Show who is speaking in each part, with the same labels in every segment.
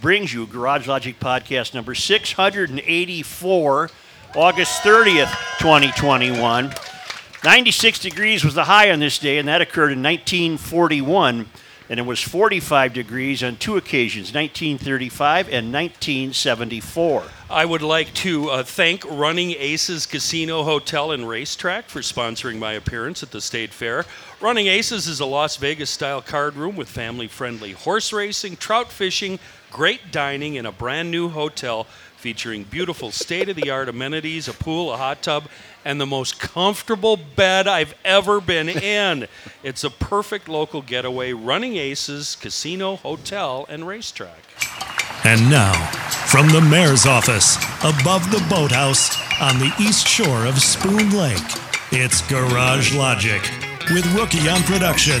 Speaker 1: Brings you Garage Logic Podcast number 684, August 30th, 2021. 96 degrees was the high on this day, and that occurred in 1941. And it was 45 degrees on two occasions, 1935 and 1974.
Speaker 2: I would like to uh, thank Running Aces Casino Hotel and Racetrack for sponsoring my appearance at the State Fair. Running Aces is a Las Vegas style card room with family friendly horse racing, trout fishing, great dining, and a brand new hotel featuring beautiful state of the art amenities, a pool, a hot tub, and the most comfortable bed I've ever been in. It's a perfect local getaway. Running Aces Casino Hotel and Racetrack.
Speaker 3: And now, from the mayor's office, above the boathouse on the east shore of Spoon Lake, it's Garage Logic with Rookie on production,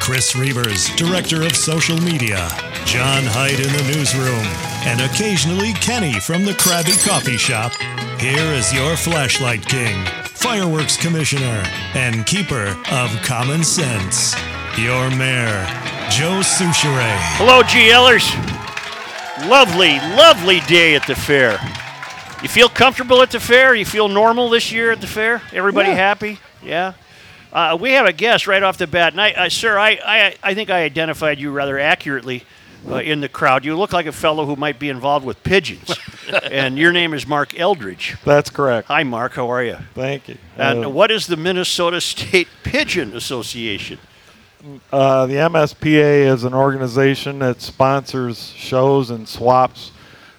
Speaker 3: Chris Reavers, director of social media, John Hyde in the newsroom, and occasionally Kenny from the Krabby Coffee Shop. Here is your flashlight king, fireworks commissioner, and keeper of common sense, your mayor, Joe Souchere.
Speaker 1: Hello, GLers. Lovely, lovely day at the fair. You feel comfortable at the fair? You feel normal this year at the fair? Everybody happy? Yeah. Uh, we have a guest right off the bat, and I, uh, sir, I, I, I think I identified you rather accurately uh, in the crowd. You look like a fellow who might be involved with pigeons, and your name is Mark Eldridge.
Speaker 4: That's correct.
Speaker 1: Hi, Mark. How are you?
Speaker 4: Thank you.
Speaker 1: And
Speaker 4: Uh,
Speaker 1: what is the Minnesota State Pigeon Association?
Speaker 4: uh, the MSPA is an organization that sponsors shows and swaps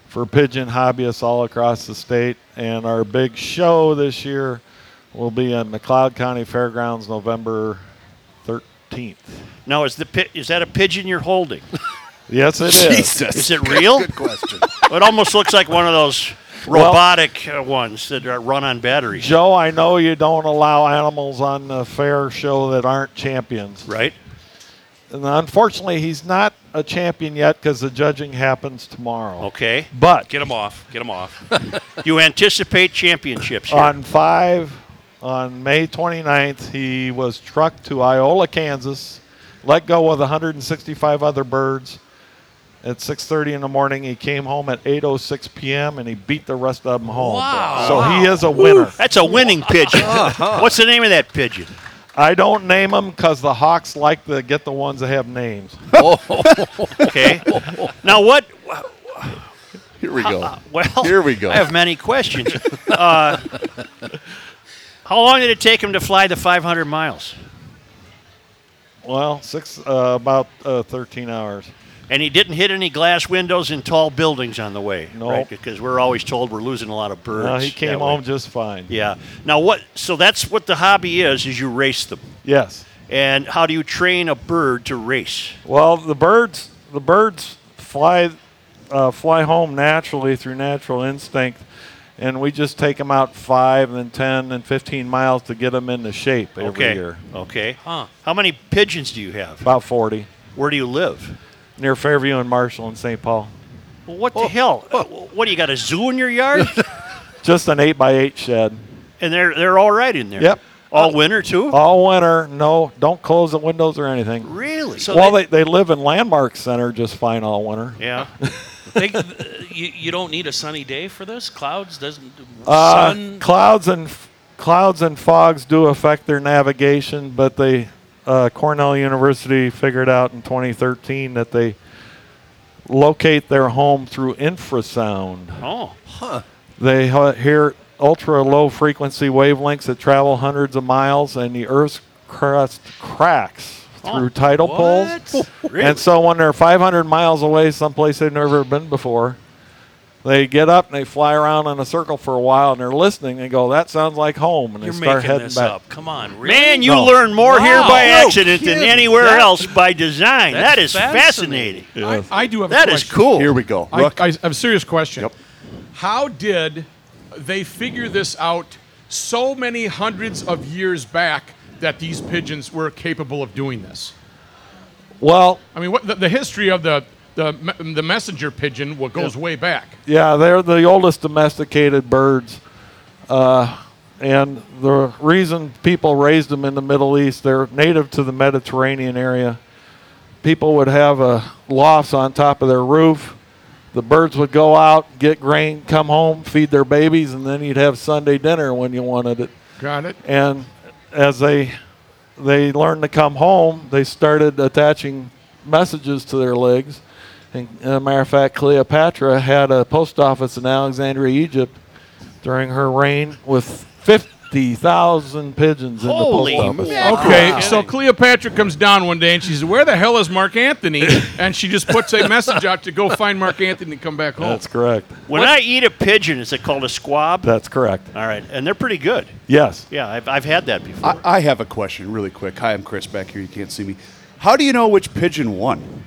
Speaker 4: for pigeon hobbyists all across the state. And our big show this year will be at McLeod County Fairgrounds November 13th.
Speaker 1: Now, is the pi- is that a pigeon you're holding?
Speaker 4: Yes, it is.
Speaker 1: Is it real?
Speaker 5: Good question.
Speaker 1: it almost looks like one of those
Speaker 4: Well-
Speaker 1: robotic uh, ones that are run on batteries,
Speaker 4: Joe, I know you don't allow animals on the fair show that aren't champions.
Speaker 1: right?
Speaker 4: And unfortunately, he's not a champion yet because the judging happens tomorrow.
Speaker 1: Okay.
Speaker 4: But
Speaker 2: Get them off. Get them off.
Speaker 1: You anticipate championships. here.
Speaker 4: on five on May 29th, he was trucked to Iola, Kansas, let go with 165 other birds. At 6:30 in the morning, he came home at 8:06 p.m. and he beat the rest of them home.
Speaker 2: Wow.
Speaker 4: So he is a winner.
Speaker 1: That's a winning pigeon.
Speaker 5: Uh-huh.
Speaker 1: What's the name of that pigeon?
Speaker 4: I don't name them because the Hawks like to get the ones that have names.
Speaker 1: Oh, Okay. now what?
Speaker 5: Here we go.
Speaker 1: Uh, Well,
Speaker 5: Here we go.
Speaker 1: I have many questions. Uh, how long did it take him to fly the 500 miles?
Speaker 4: Well, six uh, about uh, 13 hours.
Speaker 1: And he didn't hit any glass windows in tall buildings on the way.
Speaker 4: No.
Speaker 1: Right? Because we're always told we're losing a lot of birds.
Speaker 4: Uh, he
Speaker 1: that
Speaker 4: came
Speaker 1: way.
Speaker 4: home just fine.
Speaker 1: Yeah. Now what? So that's what the hobby is: is you race them.
Speaker 4: Yes.
Speaker 1: And how do you train a bird to race?
Speaker 4: Well, the birds the birds fly uh, fly home naturally through natural instinct, and we just take them out five, then ten, and fifteen miles to get them into shape every
Speaker 1: okay.
Speaker 4: year.
Speaker 1: Okay.
Speaker 2: Huh.
Speaker 1: How many pigeons do you have?
Speaker 4: About forty
Speaker 1: Where do you live?
Speaker 4: near Fairview and Marshall and St. Paul.
Speaker 1: Well, what the hell? Uh, What do you got a zoo in your yard?
Speaker 4: Just an eight by eight shed.
Speaker 1: and they're they're all right in there.
Speaker 4: Yep.
Speaker 1: All winter too.
Speaker 4: All winter, no, don't close the windows or anything.
Speaker 1: really? So
Speaker 4: well, they, they live in Landmark Center just fine all winter.
Speaker 1: yeah.
Speaker 2: They, you, you don't need a sunny day for this. Clouds doesn't.
Speaker 4: Uh,
Speaker 2: sun.
Speaker 4: clouds and f- clouds and fogs do affect their navigation, but they uh, Cornell University figured out in 2013 that they locate their home through infrasound.
Speaker 1: Oh.
Speaker 4: They ho- hear ultra low frequency wavelengths that travel hundreds of miles, and the Earth's crust cracks through tidal pulls.
Speaker 2: what?
Speaker 1: Really?
Speaker 4: And so when they're 500 miles away, someplace they've never been before, They get up and they fly around in a circle for a while and they're listening. They go, "That sounds like home," and
Speaker 2: You're
Speaker 4: they start
Speaker 2: making
Speaker 4: heading
Speaker 2: this
Speaker 4: back.
Speaker 2: up. Come on, really?
Speaker 1: Man, you
Speaker 4: No.
Speaker 1: learn more here
Speaker 2: Wow.
Speaker 1: by
Speaker 2: No
Speaker 1: accident than
Speaker 2: kidding.
Speaker 1: anywhere
Speaker 2: That-
Speaker 1: else by design.
Speaker 2: that's
Speaker 1: That is
Speaker 2: fascinating.
Speaker 1: fascinating.
Speaker 6: I, I do have
Speaker 1: That
Speaker 6: a
Speaker 1: is
Speaker 6: question.
Speaker 1: cool.
Speaker 5: Here we go.
Speaker 6: I,
Speaker 5: Rook.
Speaker 6: I have a serious question.
Speaker 5: Yep.
Speaker 6: How did they figure this out so many hundreds of years back that these pigeons were capable of doing this?
Speaker 4: Well,
Speaker 6: I mean, what the, the history of the the, me- the messenger pigeon what goes way back.
Speaker 4: Yeah, they're the oldest domesticated birds. Uh, and the reason people raised them in the Middle East, they're native to the Mediterranean area. People would have a loft on top of their roof. The birds would go out, get grain, come home, feed their babies, and then you'd have Sunday dinner when you wanted it
Speaker 6: Got it.
Speaker 4: and as they they learned to come home, they started attaching messages to their legs. And as a matter of fact, Cleopatra had a post office in Alexandria, Egypt, during her reign with fifty thousand pigeons in
Speaker 1: Holy
Speaker 4: the post office.
Speaker 1: man.
Speaker 6: Okay, so Cleopatra comes down one day and she says, "Where the hell is Mark Anthony?" and she just puts a message out to go find Mark Anthony and come back home.
Speaker 4: That's correct.
Speaker 1: When I eat a pigeon, is it called a squab?
Speaker 4: That's correct.
Speaker 1: All right, and they're pretty good.
Speaker 4: Yes.
Speaker 1: Yeah, I've, I've had that before.
Speaker 5: I, I have a question really quick. Hi, I'm Chris back here. You can't see me. How do you know which pigeon won?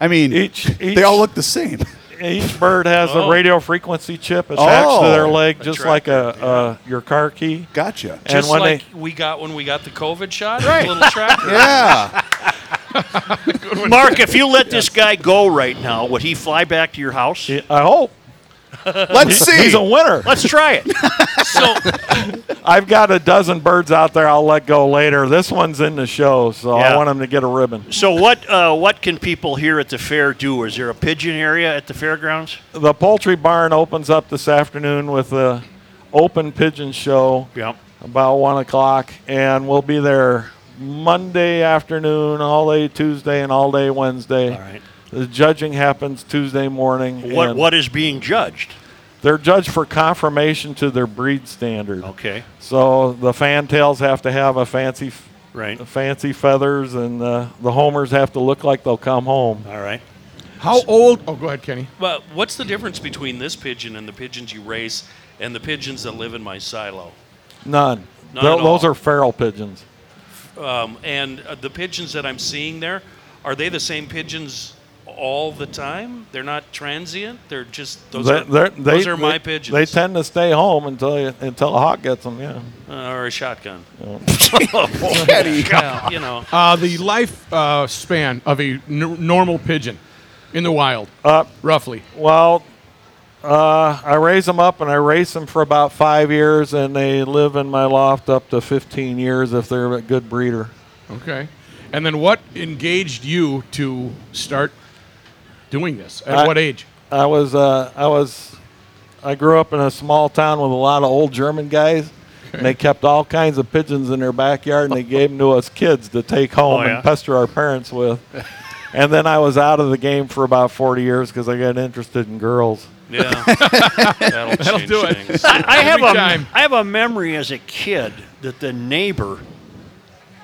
Speaker 5: I mean,
Speaker 4: Each- each-
Speaker 5: they all look the same.
Speaker 4: Each bird has
Speaker 2: Oh.
Speaker 4: a radio frequency chip attached to
Speaker 5: Oh.
Speaker 4: their leg, just
Speaker 2: right.
Speaker 4: like a, a your car key.
Speaker 5: Gotcha.
Speaker 4: And
Speaker 2: Just
Speaker 4: when they-
Speaker 2: like we got when we got the COVID shot, right? Little tracker.
Speaker 5: Yeah.
Speaker 1: Mark, if you let this guy go right now, would he fly back to your house?
Speaker 4: I hope
Speaker 5: Let's see.
Speaker 4: he's a winner.
Speaker 1: Let's try it.
Speaker 2: So
Speaker 4: I've got a dozen birds out there I'll let go later. This one's in the show, so
Speaker 1: Yeah.
Speaker 4: I want him to get a ribbon.
Speaker 1: so, what uh, what can people here at the fair do? Is there a pigeon area at the fairgrounds?
Speaker 4: The poultry barn opens up this afternoon with a open pigeon show
Speaker 1: Yeah.
Speaker 4: about one o'clock, and we'll be there Monday afternoon, all day Tuesday, and all day Wednesday.
Speaker 1: All right.
Speaker 4: The judging happens Tuesday morning.
Speaker 1: What
Speaker 4: and
Speaker 1: what is being judged?
Speaker 4: They're judged for confirmation to their breed standard.
Speaker 1: Okay.
Speaker 4: So the fantails have to have a fancy, f-
Speaker 1: Right.
Speaker 4: fancy feathers, and uh, the homers have to look like they'll come home.
Speaker 1: All right.
Speaker 6: How old? Oh, go ahead, Kenny.
Speaker 2: Well, what's the difference between this pigeon and the pigeons you race and the pigeons that live in my silo?
Speaker 4: None.
Speaker 2: None
Speaker 4: Tho-
Speaker 2: at
Speaker 4: those
Speaker 2: all.
Speaker 4: are feral pigeons.
Speaker 2: Um, and uh, the pigeons that I'm seeing there, are they the same pigeons all the time? They're not transient. They're just those.
Speaker 4: They're-
Speaker 2: are,
Speaker 4: they're- they-
Speaker 2: those are my
Speaker 4: they-
Speaker 2: pigeons.
Speaker 4: They tend to stay home until you, until a hawk gets them. Yeah.
Speaker 2: uh, or a shotgun.
Speaker 4: Oh,
Speaker 5: Kenny.
Speaker 2: You know,
Speaker 6: Uh, the life uh, span of a n- normal pigeon in the wild,
Speaker 4: Uh,
Speaker 6: roughly.
Speaker 4: well, uh, I raise them up and I race them for about five years, and they live in my loft up to 15 years if they're a good breeder.
Speaker 6: Okay. And then what engaged you to start doing this? At
Speaker 4: I-
Speaker 6: what age?
Speaker 4: I was uh, I was I grew up in a small town with a lot of old German guys. And they kept all kinds of pigeons in their backyard, and they gave them to us kids to take home
Speaker 1: Oh, yeah.
Speaker 4: and pester our parents with. and then I was out of the game for about 40 years because I got interested in girls.
Speaker 2: yeah. That'll, change
Speaker 6: do it.
Speaker 2: things.
Speaker 1: I have
Speaker 6: Every
Speaker 1: a
Speaker 6: time.
Speaker 1: I have a memory as a kid that the neighbor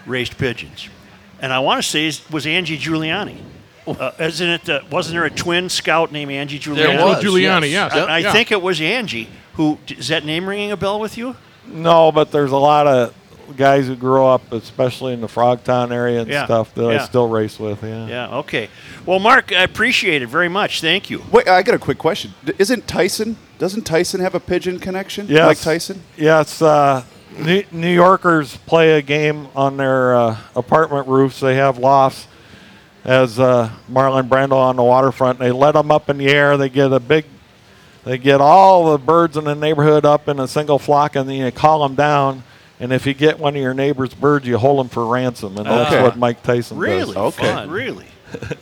Speaker 1: raised pigeons, and I want to say it was Angie Giuliani. Uh, isn't it? The, wasn't there a twin scout named Angie Giuliani?
Speaker 6: Angelo
Speaker 5: was,
Speaker 6: Giuliani,
Speaker 5: yes.
Speaker 6: yes.
Speaker 1: And I
Speaker 6: yeah.
Speaker 1: think it was Angie who is that name ringing a bell with you?
Speaker 4: No, but there's a lot of guys who grow up, especially in the Frogtown area and
Speaker 1: Yeah,
Speaker 4: stuff, that
Speaker 1: yeah.
Speaker 4: I still race with. Yeah.
Speaker 1: Yeah. Okay. Well, Mark, I appreciate it very much. Thank you.
Speaker 5: Wait, I got a quick question. D- Isn't Tyson? Doesn't Tyson have a pigeon connection?
Speaker 4: Yes.
Speaker 5: Mike Tyson.
Speaker 4: Yes. Uh, New, New Yorkers play a game on their uh, apartment roofs. They have lofts, as uh, Marlon Brando on the waterfront. They let them up in the air. They get a big, they get all the birds in the neighborhood up in a single flock, and then you call them down. And if you get one of your neighbor's birds, you hold them for ransom, and that's
Speaker 5: Okay.
Speaker 4: what Mike Tyson does.
Speaker 1: Really?
Speaker 5: Okay.
Speaker 1: Fun. Really.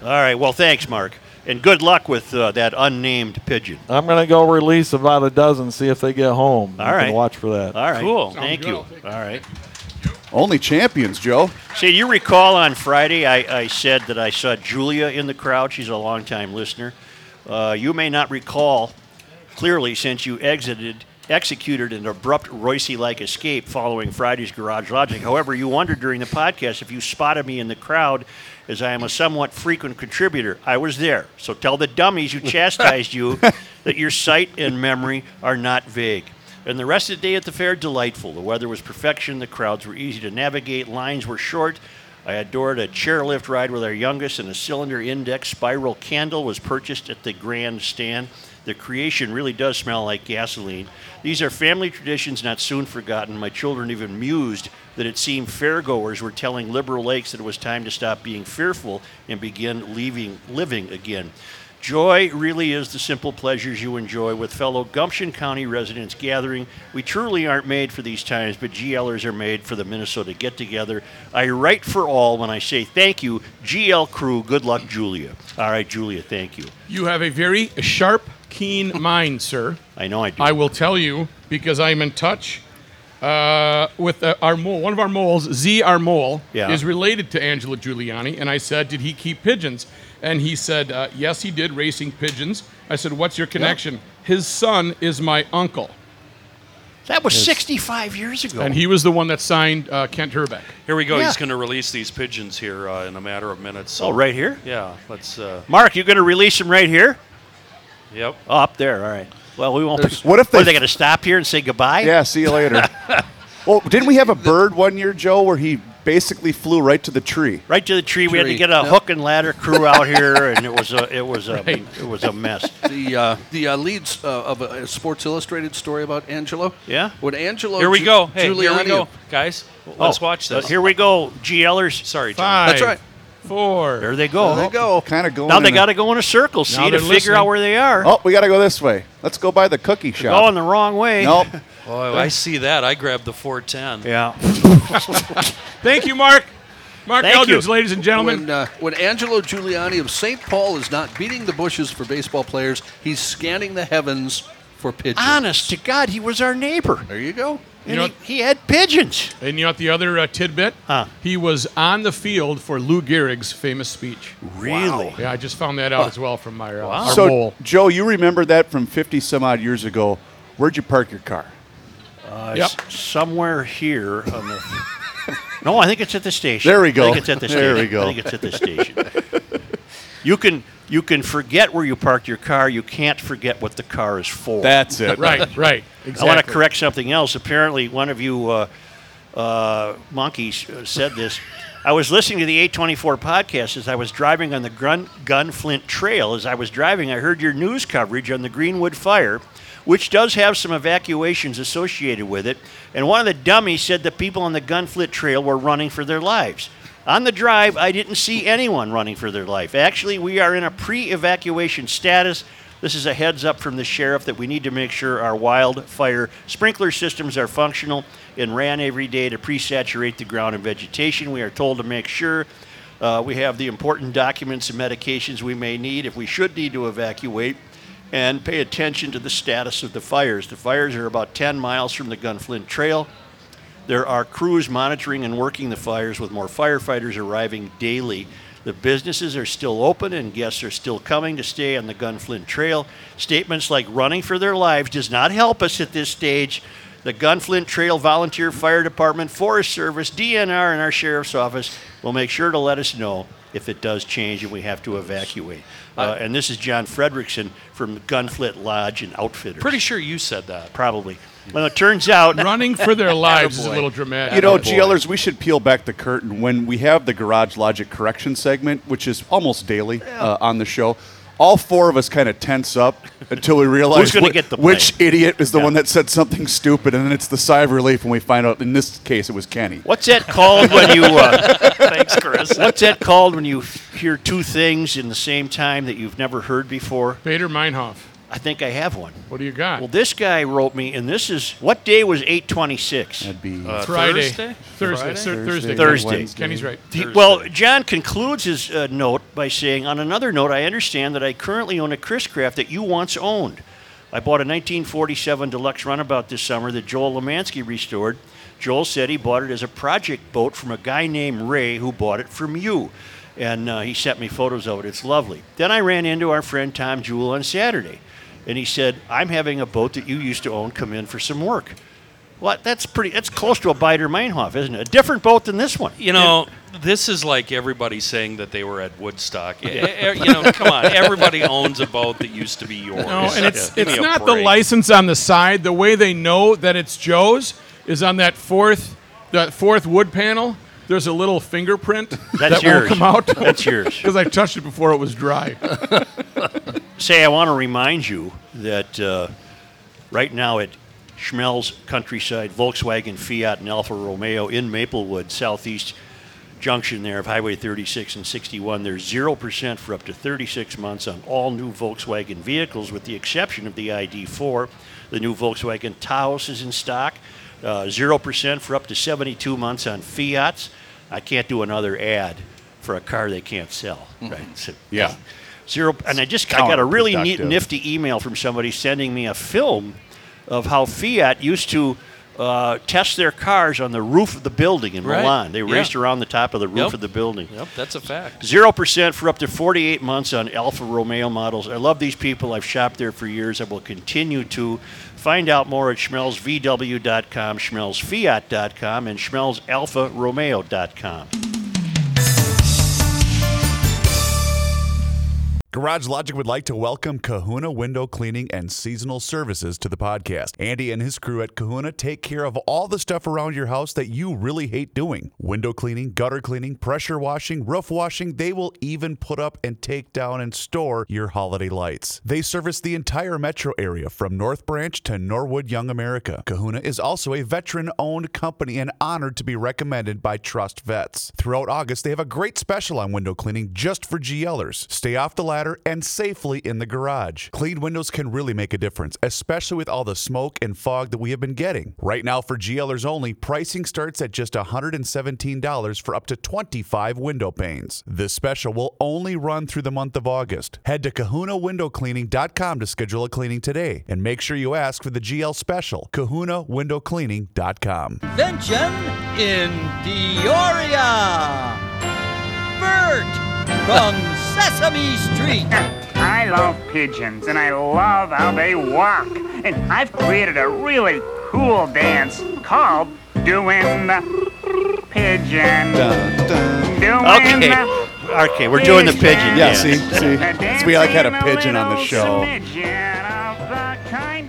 Speaker 1: All right. Well, thanks, Mark, and good luck with uh, that unnamed pigeon.
Speaker 4: I'm gonna go release about a dozen, see if they get home.
Speaker 1: All
Speaker 4: you
Speaker 1: right.
Speaker 4: Can watch for that.
Speaker 1: All right.
Speaker 2: Cool.
Speaker 1: Thank
Speaker 6: Sounds
Speaker 1: you. All
Speaker 6: good.
Speaker 1: right.
Speaker 5: Only champions, Joe.
Speaker 1: See, you recall on Friday I, I said that I saw Julia in the crowd. She's a longtime listener. Uh, you may not recall clearly since you exited executed an abrupt Royce-like escape following Friday's Garage Logic. However, you wondered during the podcast if you spotted me in the crowd, as I am a somewhat frequent contributor. I was there, so tell the dummies who chastised you that your sight and memory are not vague. And the rest of the day at the fair, delightful. The weather was perfection. The crowds were easy to navigate. Lines were short. I adored a chairlift ride with our youngest, and a cylinder index spiral candle was purchased at the grandstand. The creation really does smell like gasoline. These are family traditions not soon forgotten. My children even mused that it seemed fairgoers were telling liberal lakes that it was time to stop being fearful and begin leaving, living again. Joy really is the simple pleasures you enjoy with fellow Gumption County residents gathering. We truly aren't made for these times, but GLers are made for the Minnesota get together. I write for all when I say thank you, GL crew. Good luck, Julia. All right, Julia, thank you.
Speaker 6: You have a very sharp, keen mind, sir.
Speaker 1: I know I do.
Speaker 6: I will tell you because I am in touch uh, with uh, our mole. One of our moles, Z, our mole,
Speaker 1: Yeah.
Speaker 6: is related to Angela Giuliani. And I said, Did he keep pigeons? And he said, uh, Yes, he did, racing pigeons. I said, What's your connection? His son is my uncle.
Speaker 1: that was 65 years ago.
Speaker 6: And he was the one that signed uh, Kent Herbeck.
Speaker 2: Here we go.
Speaker 1: Yeah.
Speaker 2: He's going to release these pigeons here uh, in a matter of minutes. So,
Speaker 1: oh, right here?
Speaker 2: Yeah. Let's. Uh,
Speaker 1: Mark, you're going to release him right here?
Speaker 2: yep.
Speaker 1: Oh, up there, all right. Well, we won't.
Speaker 5: What if
Speaker 1: What, are
Speaker 5: they-
Speaker 1: they going to stop here and say goodbye?
Speaker 5: Yeah, see you later. well, didn't we have a bird one year, Joe, where he basically flew right to the tree?
Speaker 1: Right to the tree. We had to
Speaker 7: Tree,
Speaker 1: get a hook and ladder crew out here, and it was a it was a it was a mess.
Speaker 7: The uh, the uh, leads uh, of a Sports Illustrated story about Angelo.
Speaker 1: Yeah?
Speaker 7: When Angelo.
Speaker 2: Here we
Speaker 7: Gi-
Speaker 2: go. Hey, here we
Speaker 7: Giuliani-
Speaker 2: go, Oh, guys. Let's
Speaker 1: Oh,
Speaker 2: watch this.
Speaker 1: Here we go, GLers.
Speaker 2: Sorry, John.
Speaker 6: Five,
Speaker 7: That's right.
Speaker 6: Four.
Speaker 1: There they go.
Speaker 7: There you go.
Speaker 5: Kind of going.
Speaker 1: Now they
Speaker 5: in a-
Speaker 1: got to go in a circle, see, to
Speaker 6: they're
Speaker 1: figure
Speaker 6: listening.
Speaker 1: out where they are.
Speaker 5: Oh, we got to go this way. Let's go by the cookie shop.
Speaker 1: Going the wrong way.
Speaker 5: Nope.
Speaker 2: Oh, I see that. I grabbed the 410.
Speaker 1: Yeah.
Speaker 6: Thank you, Mark. Mark
Speaker 1: Thank
Speaker 6: Eldridge,
Speaker 1: you.
Speaker 6: ladies and gentlemen.
Speaker 7: When, uh, when Angelo Giuliani of St. Paul is not beating the bushes for baseball players, he's scanning the heavens for pigeons.
Speaker 1: Honest to God, he was our neighbor,
Speaker 7: There you go.
Speaker 1: and
Speaker 6: know-
Speaker 1: he, he had pigeons.
Speaker 6: And you know what the other uh, tidbit?
Speaker 1: Huh.
Speaker 6: He was on the field for Lou Gehrig's famous speech.
Speaker 1: Really?
Speaker 6: Yeah, I just found that out as well from my, uh, our
Speaker 5: so,
Speaker 6: mole.
Speaker 5: Joe, you remember that from 50 some odd years ago. Where'd you park your car?
Speaker 1: Uh,
Speaker 6: Yep.
Speaker 1: s- Somewhere here on the. no, I think it's at the station.
Speaker 5: There we
Speaker 1: I
Speaker 5: go.
Speaker 1: think it's at the station.
Speaker 5: There we go.
Speaker 1: I think it's at the station. you can you can forget where you parked your car. You can't forget what the car is for.
Speaker 5: That's it.
Speaker 6: Right, right. Exactly.
Speaker 1: I want to correct something else. Apparently, one of you uh, uh, monkeys uh, said this. I was listening to the 824 podcast as I was driving on the Grun- Gunflint Trail. As I was driving, I heard your news coverage on the Greenwood Fire, which does have some evacuations associated with it. And one of the dummies said the people on the Gunflint Trail were running for their lives. On the drive, I didn't see anyone running for their life. Actually, we are in a pre evacuation status. This is a heads up from the sheriff that we need to make sure our wildfire sprinkler systems are functional and ran every day to pre-saturate the ground and vegetation. We are told to make sure uh, we have the important documents and medications we may need if we should need to evacuate and pay attention to the status of the fires. The fires are about 10 miles from the Gunflint Trail. There are crews monitoring and working the fires with more firefighters arriving daily. The businesses are still open and guests are still coming to stay on the Gunflint Trail. Statements like running for their lives does not help us at this stage. The Gunflint Trail Volunteer Fire Department, Forest Service, DNR, and our sheriff's office will make sure to let us know if it does change and we have to evacuate. Uh, and this is John Fredrickson from Gunflint Lodge and Outfitters.
Speaker 2: Pretty sure you said that.
Speaker 1: probably. Well, it turns out
Speaker 6: Running for their lives is a little dramatic.
Speaker 5: You know, GLers, we should peel back the curtain when we have the Garage Logic correction segment, which is almost daily uh, on the show. All four of us kind of tense up until we realize
Speaker 1: gonna
Speaker 5: whi-
Speaker 1: get the
Speaker 5: which idiot is the
Speaker 1: Yeah.
Speaker 5: one that said something stupid, and then it's the sigh of relief when we find out. In this case, it was Kenny.
Speaker 1: What's that called when you? Uh, Thanks, Chris. What's that called when you hear two things in the same time that you've never heard before?
Speaker 6: Bader Meinhof.
Speaker 1: I think I have one.
Speaker 6: What do you got?
Speaker 1: Well, this guy wrote me, and this is what day was eight twenty six.
Speaker 5: That'd be
Speaker 6: Friday.
Speaker 2: Thursday?
Speaker 6: Thursday.
Speaker 2: Friday?
Speaker 6: Thir- Thursday.
Speaker 1: Uh, Thursday.
Speaker 5: Wednesday.
Speaker 6: Kenny's right.
Speaker 1: Well, John concludes his uh, note by saying, "On another note, I understand that I currently own a Chris Craft that you once owned. I bought a 1947 deluxe runabout this summer that Joel Lemansky restored. Joel said he bought it as a project boat from a guy named Ray who bought it from you." and uh, he sent me photos of it. It's lovely. Then I ran into our friend Tom Jewell on Saturday. and he said, "I'm having a boat that you used to own come in for some work." Well, that's pretty. That's close to a Beider Meinhof, isn't it? A different boat than this one.
Speaker 2: You know, this is like everybody saying that they were at Woodstock. E- e- you know, come on. Everybody owns a boat that used to be yours.
Speaker 6: No, and it's
Speaker 2: Give me
Speaker 6: it's
Speaker 2: a
Speaker 6: not the
Speaker 2: break.
Speaker 6: license on the side. The way they know that it's Joe's is on that fourth that fourth wood panel. There's a little fingerprint
Speaker 1: That's
Speaker 6: that
Speaker 1: yours.
Speaker 6: will come out
Speaker 1: That's yours.
Speaker 6: because I touched it before it was dry.
Speaker 1: say I want to remind you that uh, right now at Schmel's Countryside Volkswagen Fiat and Alfa Romeo in Maplewood, southeast junction there of Highway 36 and 61, there's 0% for up to 36 months on all new Volkswagen vehicles, with the exception of the ID4. The new Volkswagen Taos is in stock. Uh, 0% for up to 72 months on Fiats. I can't do another ad for a car they can't sell.
Speaker 2: Mm-hmm.
Speaker 1: Right? So,
Speaker 8: Yeah.
Speaker 1: Zero, and I just I got a really neat,
Speaker 8: counterproductive.
Speaker 1: nifty email from somebody sending me a film of how Fiat used to uh, test their cars on the roof of the building in
Speaker 2: Right.
Speaker 1: Milan. They
Speaker 2: Yeah.
Speaker 1: raced around the top of the roof
Speaker 2: Yep.
Speaker 1: of the building.
Speaker 2: Yep, that's a fact.
Speaker 1: Zero percent for up to 48 months on Alfa Romeo models. I love these people. I've shopped there for years. I will continue to. Find out more at schmelzvw.com, schmelzfiat.com, and schmelzalfaromeo.com.
Speaker 5: Garage Logic would like to welcome Kahuna Window Cleaning and Seasonal Services to the podcast. Andy and his crew at Kahuna take care of all the stuff around your house that you really hate doing window cleaning, gutter cleaning, pressure washing, roof washing. They will even put up and take down and store your holiday lights. They service the entire metro area from North Branch to Norwood Young America. Kahuna is also a veteran owned company and honored to be recommended by Trust Vets. Throughout August, they have a great special on window cleaning just for GLers. Stay off the ladder and safely in the garage. Clean windows can really make a difference, especially with all the smoke and fog that we have been getting. Right now, for GLers only, pricing starts at just $117 for up to 25 window panes. This special will only run through the month of August. Head to kahunawindowcleaning.com to schedule a cleaning today and make sure you ask for the GL special, kahunawindowcleaning.com.
Speaker 9: Convention in Peoria. Bert from Sesame Street.
Speaker 10: I love pigeons and I love how they walk. And I've created a really cool dance called Doing the Pigeon. Doing
Speaker 1: Okay.
Speaker 10: the
Speaker 1: Okay, we're doing the pigeon.
Speaker 8: Yeah,
Speaker 1: dance.
Speaker 8: see, see. It's- we like had a pigeon on the show.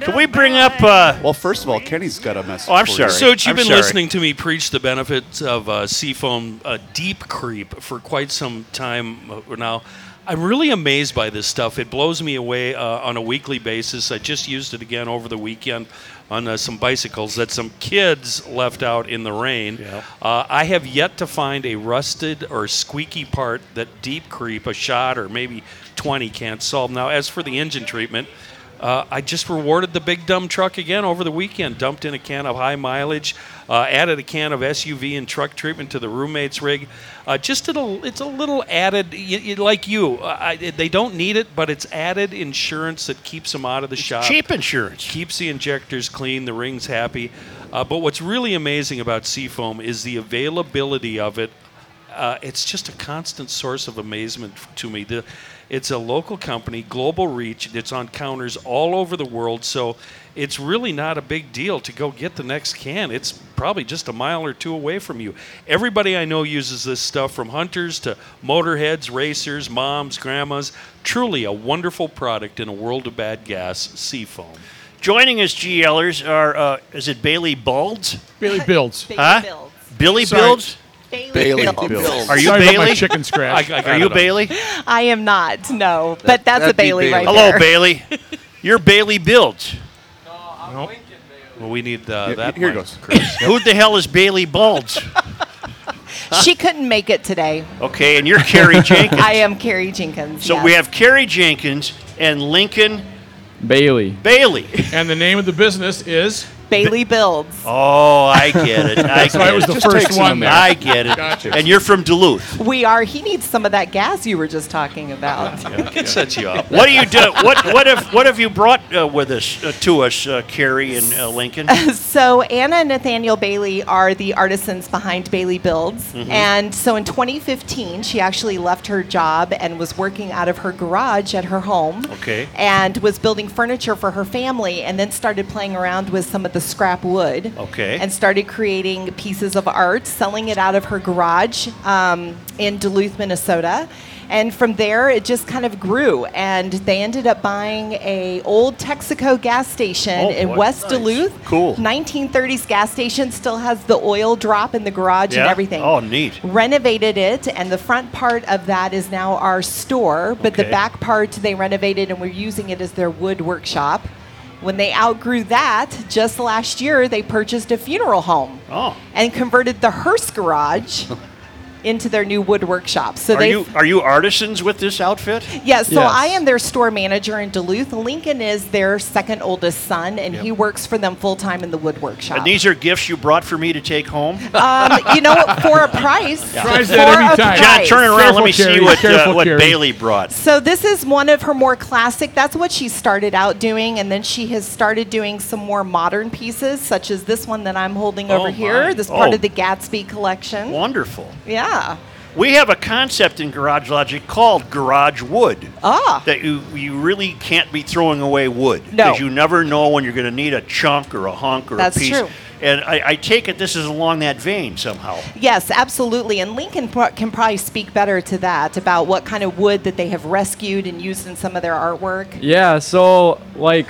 Speaker 1: Can we bring up. Uh,
Speaker 8: Well, first of all, Kenny's got a message.
Speaker 1: Oh, I'm
Speaker 8: for you.
Speaker 1: sorry.
Speaker 2: So you've
Speaker 1: I'm
Speaker 2: been
Speaker 1: sorry.
Speaker 2: listening to me preach the benefits of uh, Seafoam uh, Deep Creep for quite some time uh, now. I'm really amazed by this stuff. It blows me away uh, on a weekly basis. I just used it again over the weekend on uh, some bicycles that some kids left out in the rain. Uh, I have yet to find a rusted or squeaky part that Deep Creep, a shot or maybe 20, can't solve. Now, as for the engine treatment, uh, I just rewarded the big dumb truck again over the weekend. Dumped in a can of high mileage, uh, added a can of SUV and truck treatment to the roommate's rig. Uh, just did a, it's a little added, y y like you. Uh, I, they don't need it, but it's added insurance that keeps them out of the shop.
Speaker 1: cheap insurance.
Speaker 2: Keeps the injectors clean, the rings happy. Uh, but what's really amazing about Seafoam is the availability of it. Uh, it's just a constant source of amazement to me. The, it's a local company, global reach. It's on counters all over the world, so it's really not a big deal to go get the next can. It's probably just a mile or two away from you. Everybody I know uses this stuff, from hunters to motorheads, racers, moms, grandmas. Truly a wonderful product in a world of bad gas, Seafoam.
Speaker 1: Joining us, GLers, are uh, is it Bailey Balds?
Speaker 6: Bailey builds.
Speaker 1: Huh? Billy
Speaker 6: Sorry.
Speaker 1: Builds?
Speaker 11: Bailey
Speaker 8: Bills.
Speaker 11: Bills.
Speaker 1: Are you
Speaker 6: Sorry about my
Speaker 1: Bailey?
Speaker 6: chicken scratch.
Speaker 2: I- I
Speaker 1: Are
Speaker 2: got
Speaker 1: you
Speaker 2: it on.
Speaker 1: Bailey?
Speaker 12: I am not, no. But that's
Speaker 11: that'd
Speaker 12: a
Speaker 11: be
Speaker 12: Bailey
Speaker 11: Bailey.
Speaker 12: right
Speaker 1: Hello,
Speaker 12: there.
Speaker 1: Bailey. You're Bailey Builds.
Speaker 2: Well, we need uh, that.
Speaker 8: Here
Speaker 2: one.
Speaker 8: goes.
Speaker 1: Who the hell is Bailey Balds?
Speaker 12: She couldn't make it today.
Speaker 1: Okay, and you're Carrie Jenkins.
Speaker 12: I am Carrie Jenkins.
Speaker 1: So
Speaker 12: yes.
Speaker 1: we have Carrie Jenkins and Lincoln
Speaker 9: Bailey.
Speaker 1: Bailey.
Speaker 6: And the name of the business is
Speaker 12: Bailey Builds.
Speaker 1: Oh, I get it. I
Speaker 12: That's
Speaker 1: get
Speaker 12: why it was the
Speaker 1: Just
Speaker 12: first
Speaker 1: takes
Speaker 12: one
Speaker 1: some-
Speaker 12: there.
Speaker 1: I get it.
Speaker 12: Gotcha.
Speaker 1: And you're from Duluth.
Speaker 12: We are. He needs some of that gas you were just talking about.
Speaker 1: It sets you up. What do you do? What what if what have you brought uh, with us uh, to us, uh, Carrie and uh, Lincoln?
Speaker 12: so Anna and Nathaniel Bailey are the artisans behind Bailey Builds.
Speaker 1: Mhm.
Speaker 12: And so in 2015, she actually left her job and was working out of her garage at her home.
Speaker 1: Okay.
Speaker 12: And was building furniture for her family and then started playing around with some of the scrap wood.
Speaker 1: Okay.
Speaker 12: And started creating pieces of art, selling it out of her garage um, in Duluth, Minnesota. And from there, it just kind of grew. And they ended up buying a old Texaco gas station
Speaker 1: Oh,
Speaker 12: in
Speaker 1: boy.
Speaker 12: West
Speaker 1: Nice.
Speaker 12: Duluth.
Speaker 1: Cool.
Speaker 12: 1930s gas station still has the oil drop in the garage and
Speaker 1: Yeah?
Speaker 12: everything.
Speaker 1: Oh, neat.
Speaker 12: Renovated it, and the front part of that is now our store, but the
Speaker 1: Okay.
Speaker 12: back part they renovated and we're using it as their wood workshop. When they outgrew that, just last year, they purchased a funeral home
Speaker 1: oh.
Speaker 12: and converted the hearse garage into their new wood workshop. So
Speaker 1: are
Speaker 12: they
Speaker 1: you are you artisans with this outfit?
Speaker 12: yeah, so I am their store manager in Duluth. Lincoln is their second oldest son, and
Speaker 1: Yep.
Speaker 12: he works for them full time in the wood workshop.
Speaker 1: And these are gifts you brought for me to take home.
Speaker 12: um, you know, what? for a price.
Speaker 1: Yeah.
Speaker 12: for a
Speaker 1: John,
Speaker 12: price.
Speaker 1: turn it around. Let me see
Speaker 6: Carrie,
Speaker 1: what uh,
Speaker 6: careful,
Speaker 1: what
Speaker 6: Carrie.
Speaker 1: Bailey brought.
Speaker 12: So this is one of her more classic. That's what she started out doing, and then she has started doing some more modern pieces, such as this one that I'm holding
Speaker 1: Oh,
Speaker 12: over here.
Speaker 1: my.
Speaker 12: This part
Speaker 1: Oh.
Speaker 12: of the Gatsby collection.
Speaker 1: Wonderful.
Speaker 12: Yeah.
Speaker 1: We have a concept in Garage Logic called Garage Wood.
Speaker 12: Ah.
Speaker 1: That you, you really can't be throwing away wood.
Speaker 12: No.
Speaker 1: Because you never know when you're going to need a chunk or a hunk or
Speaker 12: That's
Speaker 1: a piece.
Speaker 12: true.
Speaker 1: And I, I take it this is along that vein somehow.
Speaker 12: Yes, absolutely. And Lincoln pro- can probably speak better to that about what kind of wood that they have rescued and used in some of their artwork.
Speaker 13: Yeah, so like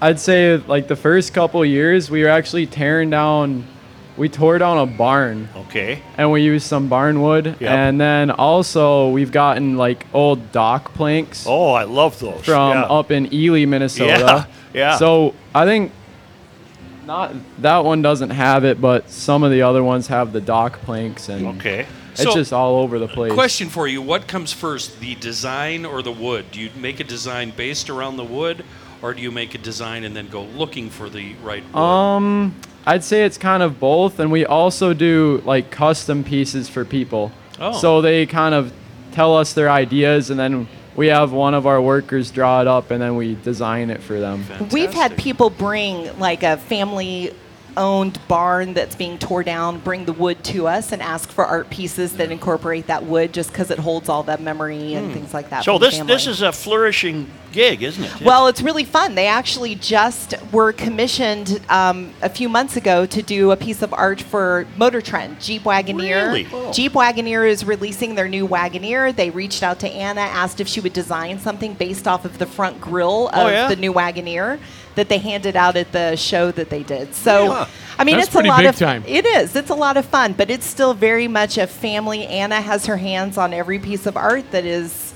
Speaker 13: I'd say like the first couple years we were actually tearing down we tore down a barn.
Speaker 1: Okay.
Speaker 13: And we used some barn wood. And then also we've gotten like old dock planks.
Speaker 1: Oh, I love those.
Speaker 13: From
Speaker 1: Yeah.
Speaker 13: up in Ely, Minnesota.
Speaker 1: Yeah, yeah.
Speaker 13: So I think not that one doesn't have it, but some of the other ones have the dock planks and
Speaker 1: Okay.
Speaker 13: It's
Speaker 2: So-
Speaker 13: just all over the place.
Speaker 2: Question for you: What comes first, the design or the wood? Do you make a design based around the wood, or do you make a design and then go looking for the right?
Speaker 13: Um, I'd say it's kind of both, and we also do like custom pieces for people.
Speaker 2: Oh.
Speaker 13: So they kind of tell us their ideas, and then we have one of our workers draw it up, and then we design it for them.
Speaker 12: We've had people bring like a family owned barn that's being tore down, bring the wood to us and ask for art pieces that incorporate that wood just because it holds all that memory and
Speaker 1: Hmm.
Speaker 12: things like that.
Speaker 1: So
Speaker 12: from the
Speaker 1: this
Speaker 12: family.
Speaker 1: this is a flourishing gig, isn't it?
Speaker 12: Well, it's really fun. They actually just were commissioned um, a few months ago to do a piece of art for Motor Trend, Jeep Wagoneer.
Speaker 14: Really? Wow.
Speaker 12: Jeep Wagoneer is releasing their new Wagoneer. They reached out to Anna, asked if she would design something based off of the front grill of
Speaker 14: Oh, yeah?
Speaker 12: the new Wagoneer that they handed out at the show that they did. So,
Speaker 14: Yeah.
Speaker 12: I mean,
Speaker 14: That's
Speaker 12: it's a
Speaker 14: pretty
Speaker 12: lot
Speaker 14: big
Speaker 12: of
Speaker 14: time.
Speaker 12: it is. It's a lot of fun, but it's still very much a family. Anna has her hands on every piece of art that is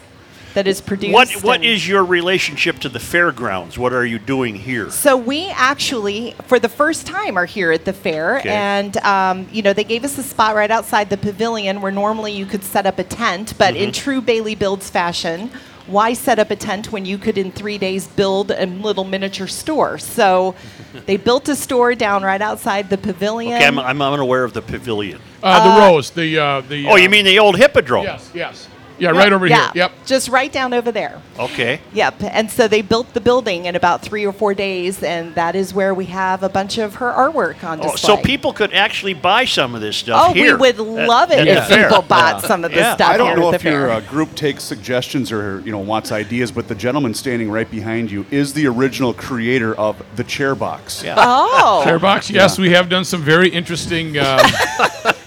Speaker 12: that is produced.
Speaker 1: what what
Speaker 12: and-
Speaker 1: is your relationship to the fairgrounds? What are you doing here?
Speaker 12: so we actually, for the first time, are here at the fair,
Speaker 1: Okay.
Speaker 12: and um, you know they gave us a spot right outside the pavilion where normally you could set up a tent, but in
Speaker 1: Mm-hmm.
Speaker 14: Mhm.
Speaker 12: true Bailey Builds fashion, why set up a tent when you could in three days build a little miniature store? So they built a store down right outside the pavilion.
Speaker 1: Okay, I'm, I'm unaware of the pavilion.
Speaker 6: Uh, the rose, the uh, the.
Speaker 1: oh,
Speaker 6: uh,
Speaker 1: you mean the old hippodrome?
Speaker 6: Yes, yes. Yeah, right over
Speaker 12: Yeah,
Speaker 6: here. Yep.
Speaker 12: just right down over there.
Speaker 1: Okay.
Speaker 12: Yep. And so they built the building in about three or four days, and that is where we have a bunch of her artwork on display.
Speaker 1: Oh, so people could actually buy some of this stuff
Speaker 12: Oh, we
Speaker 1: here
Speaker 2: Uh,
Speaker 12: would
Speaker 1: at-
Speaker 12: love it
Speaker 1: at
Speaker 12: if
Speaker 1: the fair.
Speaker 12: people bought Yeah. some of this Yeah. stuff
Speaker 5: I don't
Speaker 12: here
Speaker 5: know
Speaker 12: at
Speaker 5: if
Speaker 12: the
Speaker 5: your
Speaker 12: fair.
Speaker 5: uh, group takes suggestions or you know wants ideas, but the gentleman standing right behind you is the original creator of the chair box.
Speaker 12: Oh.
Speaker 6: Chairbox. Yes, we have done some very interesting. Um,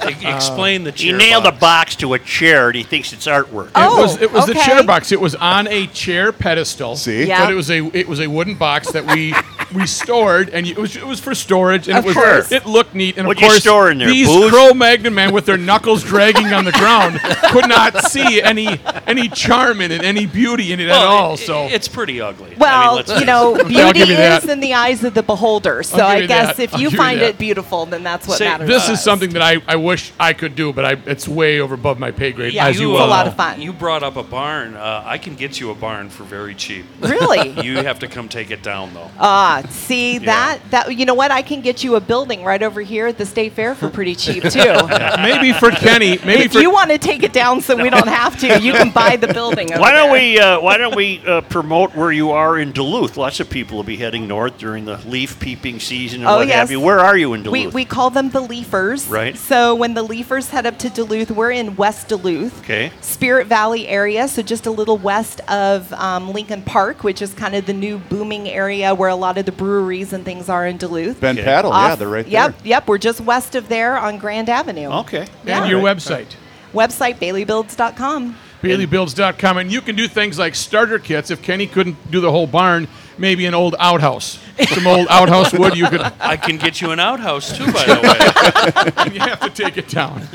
Speaker 2: e-, explain the
Speaker 1: He nailed a box to a chair and he thinks it's artwork.
Speaker 6: it
Speaker 12: Oh,
Speaker 6: was it was the chair box. It was on a chair pedestal. See,
Speaker 1: Yeah.
Speaker 6: but it was a it was a wooden box that we we stored, and it was it was for storage, and
Speaker 1: Of
Speaker 6: it was
Speaker 1: course.
Speaker 6: it looked neat. And
Speaker 1: What'd
Speaker 6: of
Speaker 1: you
Speaker 6: course,
Speaker 1: store in there,
Speaker 6: these
Speaker 1: booze?
Speaker 6: Cro-Magnon men with their knuckles dragging on the ground could not see any any charm in it, any beauty in it at
Speaker 2: Well,
Speaker 6: all.
Speaker 2: it-
Speaker 6: so
Speaker 2: it's pretty ugly.
Speaker 12: Well, you know,
Speaker 6: I'll
Speaker 12: beauty
Speaker 6: give you that.
Speaker 12: is in the eyes of the beholder. So
Speaker 6: I'll give
Speaker 12: I
Speaker 6: you
Speaker 12: guess
Speaker 6: that.
Speaker 12: if
Speaker 6: I'll
Speaker 12: you
Speaker 6: give you
Speaker 12: find
Speaker 6: that. Uh,
Speaker 12: it beautiful, then that's what
Speaker 6: Say,
Speaker 12: matters.
Speaker 6: this
Speaker 12: to
Speaker 6: is
Speaker 12: us.
Speaker 6: something that I, I wish I could do, but I it's way over above my pay grade.
Speaker 12: Yeah,
Speaker 6: as
Speaker 12: it's
Speaker 6: you uh,
Speaker 12: a
Speaker 6: well
Speaker 12: lot
Speaker 6: know.
Speaker 12: of fun.
Speaker 2: You brought up a barn. Uh, I can get you a barn for very cheap.
Speaker 12: Really?
Speaker 2: you have to come take it down though.
Speaker 12: Ah, Yeah, see that that you know what? I can get you a building right over here at the state fair for pretty cheap too.
Speaker 6: maybe for Kenny. Maybe
Speaker 12: if
Speaker 6: for
Speaker 12: you want to take it down so we don't have to, you can buy the building. Over
Speaker 1: Why don't
Speaker 12: there.
Speaker 1: we? Uh, why don't we uh, promote where you are in Duluth? Lots of people will be heading north during the leaf peeping season and
Speaker 12: Oh
Speaker 1: what
Speaker 12: yes.
Speaker 1: have you. Where are you in Duluth?
Speaker 12: We, we call them the Leafers.
Speaker 1: Right.
Speaker 12: So when the Leafers head up to Duluth, we're in West Duluth.
Speaker 1: okay.
Speaker 12: Spirit Valley area, so just a little west of um, Lincoln Park, which is kind of the new booming area where a lot of the breweries and things are in Duluth.
Speaker 5: Ben Paddle, yeah, they're right
Speaker 12: yep, Yep, yep. We're just west of there on Grand Avenue.
Speaker 1: Okay.
Speaker 12: Yeah.
Speaker 6: And your website.
Speaker 12: Website baileybuilds.com.
Speaker 6: BaileyBuilds.com, and you can do things like starter kits. If Kenny couldn't do the whole barn, maybe an old outhouse, some old outhouse wood. You could.
Speaker 2: I can get you an outhouse too, by the way.
Speaker 6: and you have to take it down.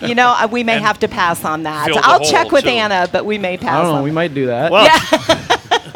Speaker 12: You know, uh, we may have to pass on that.
Speaker 1: fill the
Speaker 12: I'll
Speaker 1: hole,
Speaker 12: check with
Speaker 1: too.
Speaker 12: Anna, but we may pass
Speaker 13: I don't
Speaker 12: on
Speaker 13: know. We might do that.
Speaker 1: Well,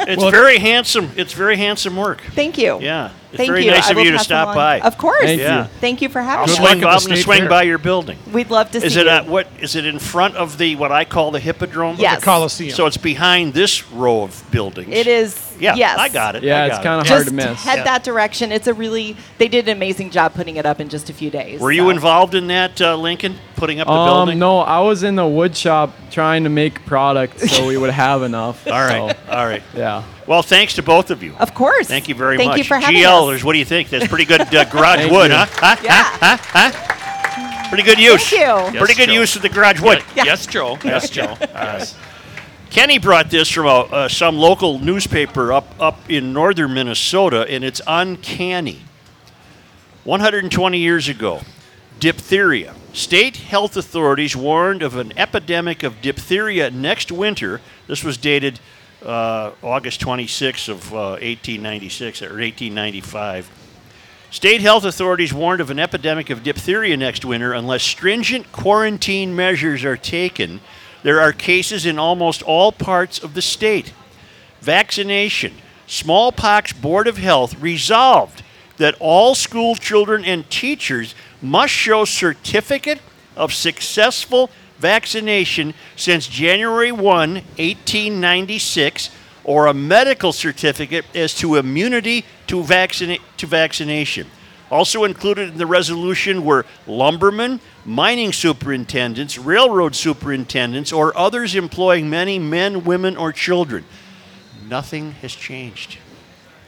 Speaker 1: it's very handsome. It's very handsome work.
Speaker 12: Thank you.
Speaker 1: Yeah. It's
Speaker 12: Thank
Speaker 1: very
Speaker 12: you.
Speaker 1: nice
Speaker 12: I
Speaker 1: of
Speaker 12: will
Speaker 1: you to
Speaker 12: pass them
Speaker 1: stop
Speaker 12: on.
Speaker 1: by.
Speaker 12: Of course.
Speaker 1: Thank Yeah. you.
Speaker 12: Thank you for having
Speaker 1: I'll
Speaker 12: us.
Speaker 1: swing, by, I'm gonna swing by your building.
Speaker 12: We'd love to
Speaker 1: is
Speaker 12: see
Speaker 1: it
Speaker 12: you.
Speaker 1: at what is it in front of the what I call the hippodrome?
Speaker 12: Yes. The Coliseum.
Speaker 1: So it's behind this row of buildings.
Speaker 12: It is.
Speaker 1: Yeah,
Speaker 12: yes.
Speaker 1: I got it.
Speaker 13: Yeah,
Speaker 1: I
Speaker 13: it's
Speaker 1: got
Speaker 13: kinda
Speaker 1: it.
Speaker 13: hard
Speaker 12: Just head
Speaker 1: Yeah.
Speaker 12: that direction. It's a really they did an amazing job putting it up in just a few days.
Speaker 1: Were
Speaker 12: so.
Speaker 1: you involved in that, uh, Lincoln? Putting up the
Speaker 13: Um,
Speaker 1: building?
Speaker 13: no, I was in the wood shop trying to make product so we would have enough.
Speaker 1: All right.
Speaker 13: so,
Speaker 1: All right.
Speaker 13: yeah.
Speaker 1: Well, thanks to both of you.
Speaker 12: Of course.
Speaker 1: Thank you very
Speaker 12: Thank
Speaker 1: much.
Speaker 12: you for having
Speaker 1: GLers,
Speaker 12: us.
Speaker 1: what do you think? That's pretty good uh, garage
Speaker 13: Thank
Speaker 1: wood,
Speaker 13: you.
Speaker 1: huh? Huh? Huh? Huh? Huh? Pretty good use.
Speaker 12: Thank you.
Speaker 2: Yes,
Speaker 1: Pretty good
Speaker 2: Joe.
Speaker 1: use of the garage wood.
Speaker 2: Yes, Joe.
Speaker 1: Yes, Joe. All right. Kenny brought this from a, uh, some local newspaper up up in northern Minnesota, and it's uncanny. 120 years ago, diphtheria. State health authorities warned of an epidemic of diphtheria next winter. This was dated uh, August 26 of uh, 1896 or 1895. State health authorities warned of an epidemic of diphtheria next winter unless stringent quarantine measures are taken. There are cases in almost all parts of the state. Vaccination. Smallpox Board of Health resolved that all school children and teachers must show certificate of successful vaccination since January 1, 1896 or a medical certificate as to immunity to, vaccina- to vaccination. Also included in the resolution were lumbermen, mining superintendents, railroad superintendents, or others employing many men, women, or children. Nothing has changed.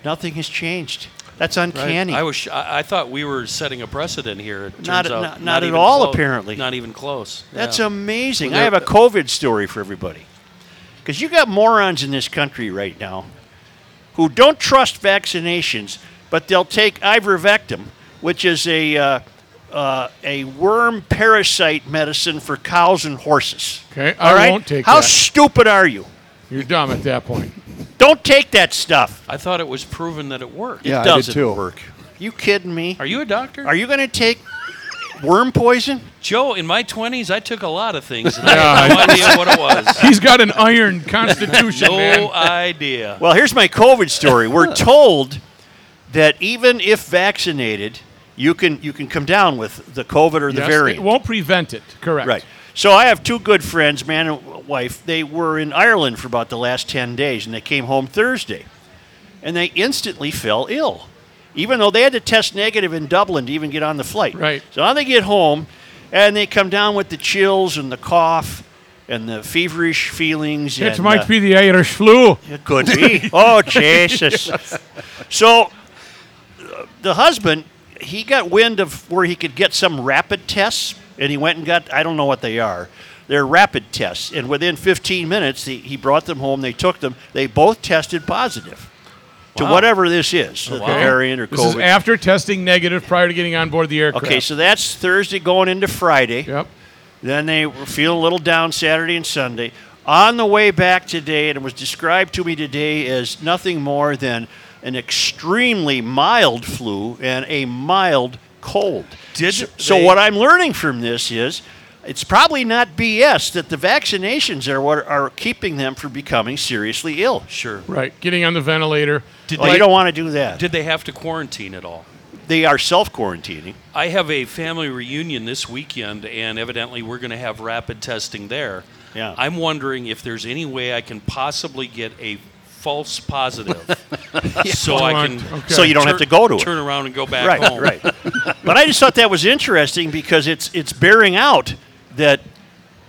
Speaker 1: Nothing has changed. That's uncanny.
Speaker 2: I was. sh- I, I thought we were setting a precedent here. It turns
Speaker 1: Not-
Speaker 2: out
Speaker 1: not- not at
Speaker 2: even
Speaker 1: all,
Speaker 2: close.
Speaker 1: apparently.
Speaker 2: Not even close.
Speaker 1: That's
Speaker 2: Yeah.
Speaker 1: amazing.
Speaker 2: Well,
Speaker 1: I have
Speaker 2: there-
Speaker 1: a COVID story for everybody. Because you got morons in this country right now who don't trust vaccinations, but they'll take ivermectin, which is a, uh, uh, a worm parasite medicine for cows and horses.
Speaker 6: Okay,
Speaker 1: All
Speaker 6: I
Speaker 1: right?
Speaker 6: won't take
Speaker 1: How
Speaker 6: that.
Speaker 1: stupid are you?
Speaker 6: You're dumb at that point.
Speaker 1: Don't take that stuff.
Speaker 2: I thought it was proven that it worked.
Speaker 1: It doesn't work. You kidding me?
Speaker 2: Are you a doctor?
Speaker 1: Are you going to take worm poison?
Speaker 2: Joe, in my 20s, I took a lot of things, and I had no idea what it was.
Speaker 6: He's got an iron constitution,
Speaker 2: No
Speaker 6: man.
Speaker 2: idea.
Speaker 1: Well, here's my COVID story. We're told that even if vaccinated, you can you can come down with the COVID or the
Speaker 6: Yes,
Speaker 1: variant.
Speaker 6: It won't prevent it. Correct.
Speaker 1: Right. So I have two good friends, man and w- wife. They were in Ireland for about the last 10 days and they came home Thursday. And they instantly fell ill, even though they had to test negative in Dublin to even get on the flight.
Speaker 6: Right.
Speaker 1: So now they get home and they come down with the chills and the cough and the feverish feelings.
Speaker 6: It
Speaker 1: and, uh,
Speaker 6: might be the Irish flu.
Speaker 1: it could be. oh, Jesus. So uh, the husband, he got wind of where he could get some rapid tests, and he went and got, I don't know what they are. They're rapid tests. And within 15 minutes, he, he brought them home. They took them. They both tested positive to
Speaker 2: Wow.
Speaker 1: whatever this
Speaker 6: Oh,
Speaker 1: is, the variant or
Speaker 6: This is
Speaker 1: COVID.
Speaker 6: after testing negative prior to getting on board the aircraft.
Speaker 1: okay, so that's Thursday going into Friday.
Speaker 6: Yep.
Speaker 1: Then they were feeling a little down Saturday and Sunday. On the way back today, and it was described to me today as nothing more than an extremely mild flu and a mild cold.
Speaker 2: Did
Speaker 1: so, so
Speaker 2: they-
Speaker 1: what I'm learning from this is it's probably not BS that the vaccinations are what are keeping them from becoming seriously ill.
Speaker 2: Sure.
Speaker 6: Right. Getting on the ventilator.
Speaker 2: Did
Speaker 1: Well,
Speaker 2: they,
Speaker 1: you don't want to do that.
Speaker 2: Did they have to quarantine at all?
Speaker 1: They are self quarantining.
Speaker 2: I have a family reunion this weekend, and evidently we're going to have rapid testing there.
Speaker 1: Yeah.
Speaker 2: I'm wondering if there's any way I can possibly get a false positive, so I can
Speaker 1: Okay. So you don't have to go to it.
Speaker 2: turn around and go back
Speaker 1: right,
Speaker 2: home.
Speaker 1: Right. but I just thought that was interesting because it's it's bearing out that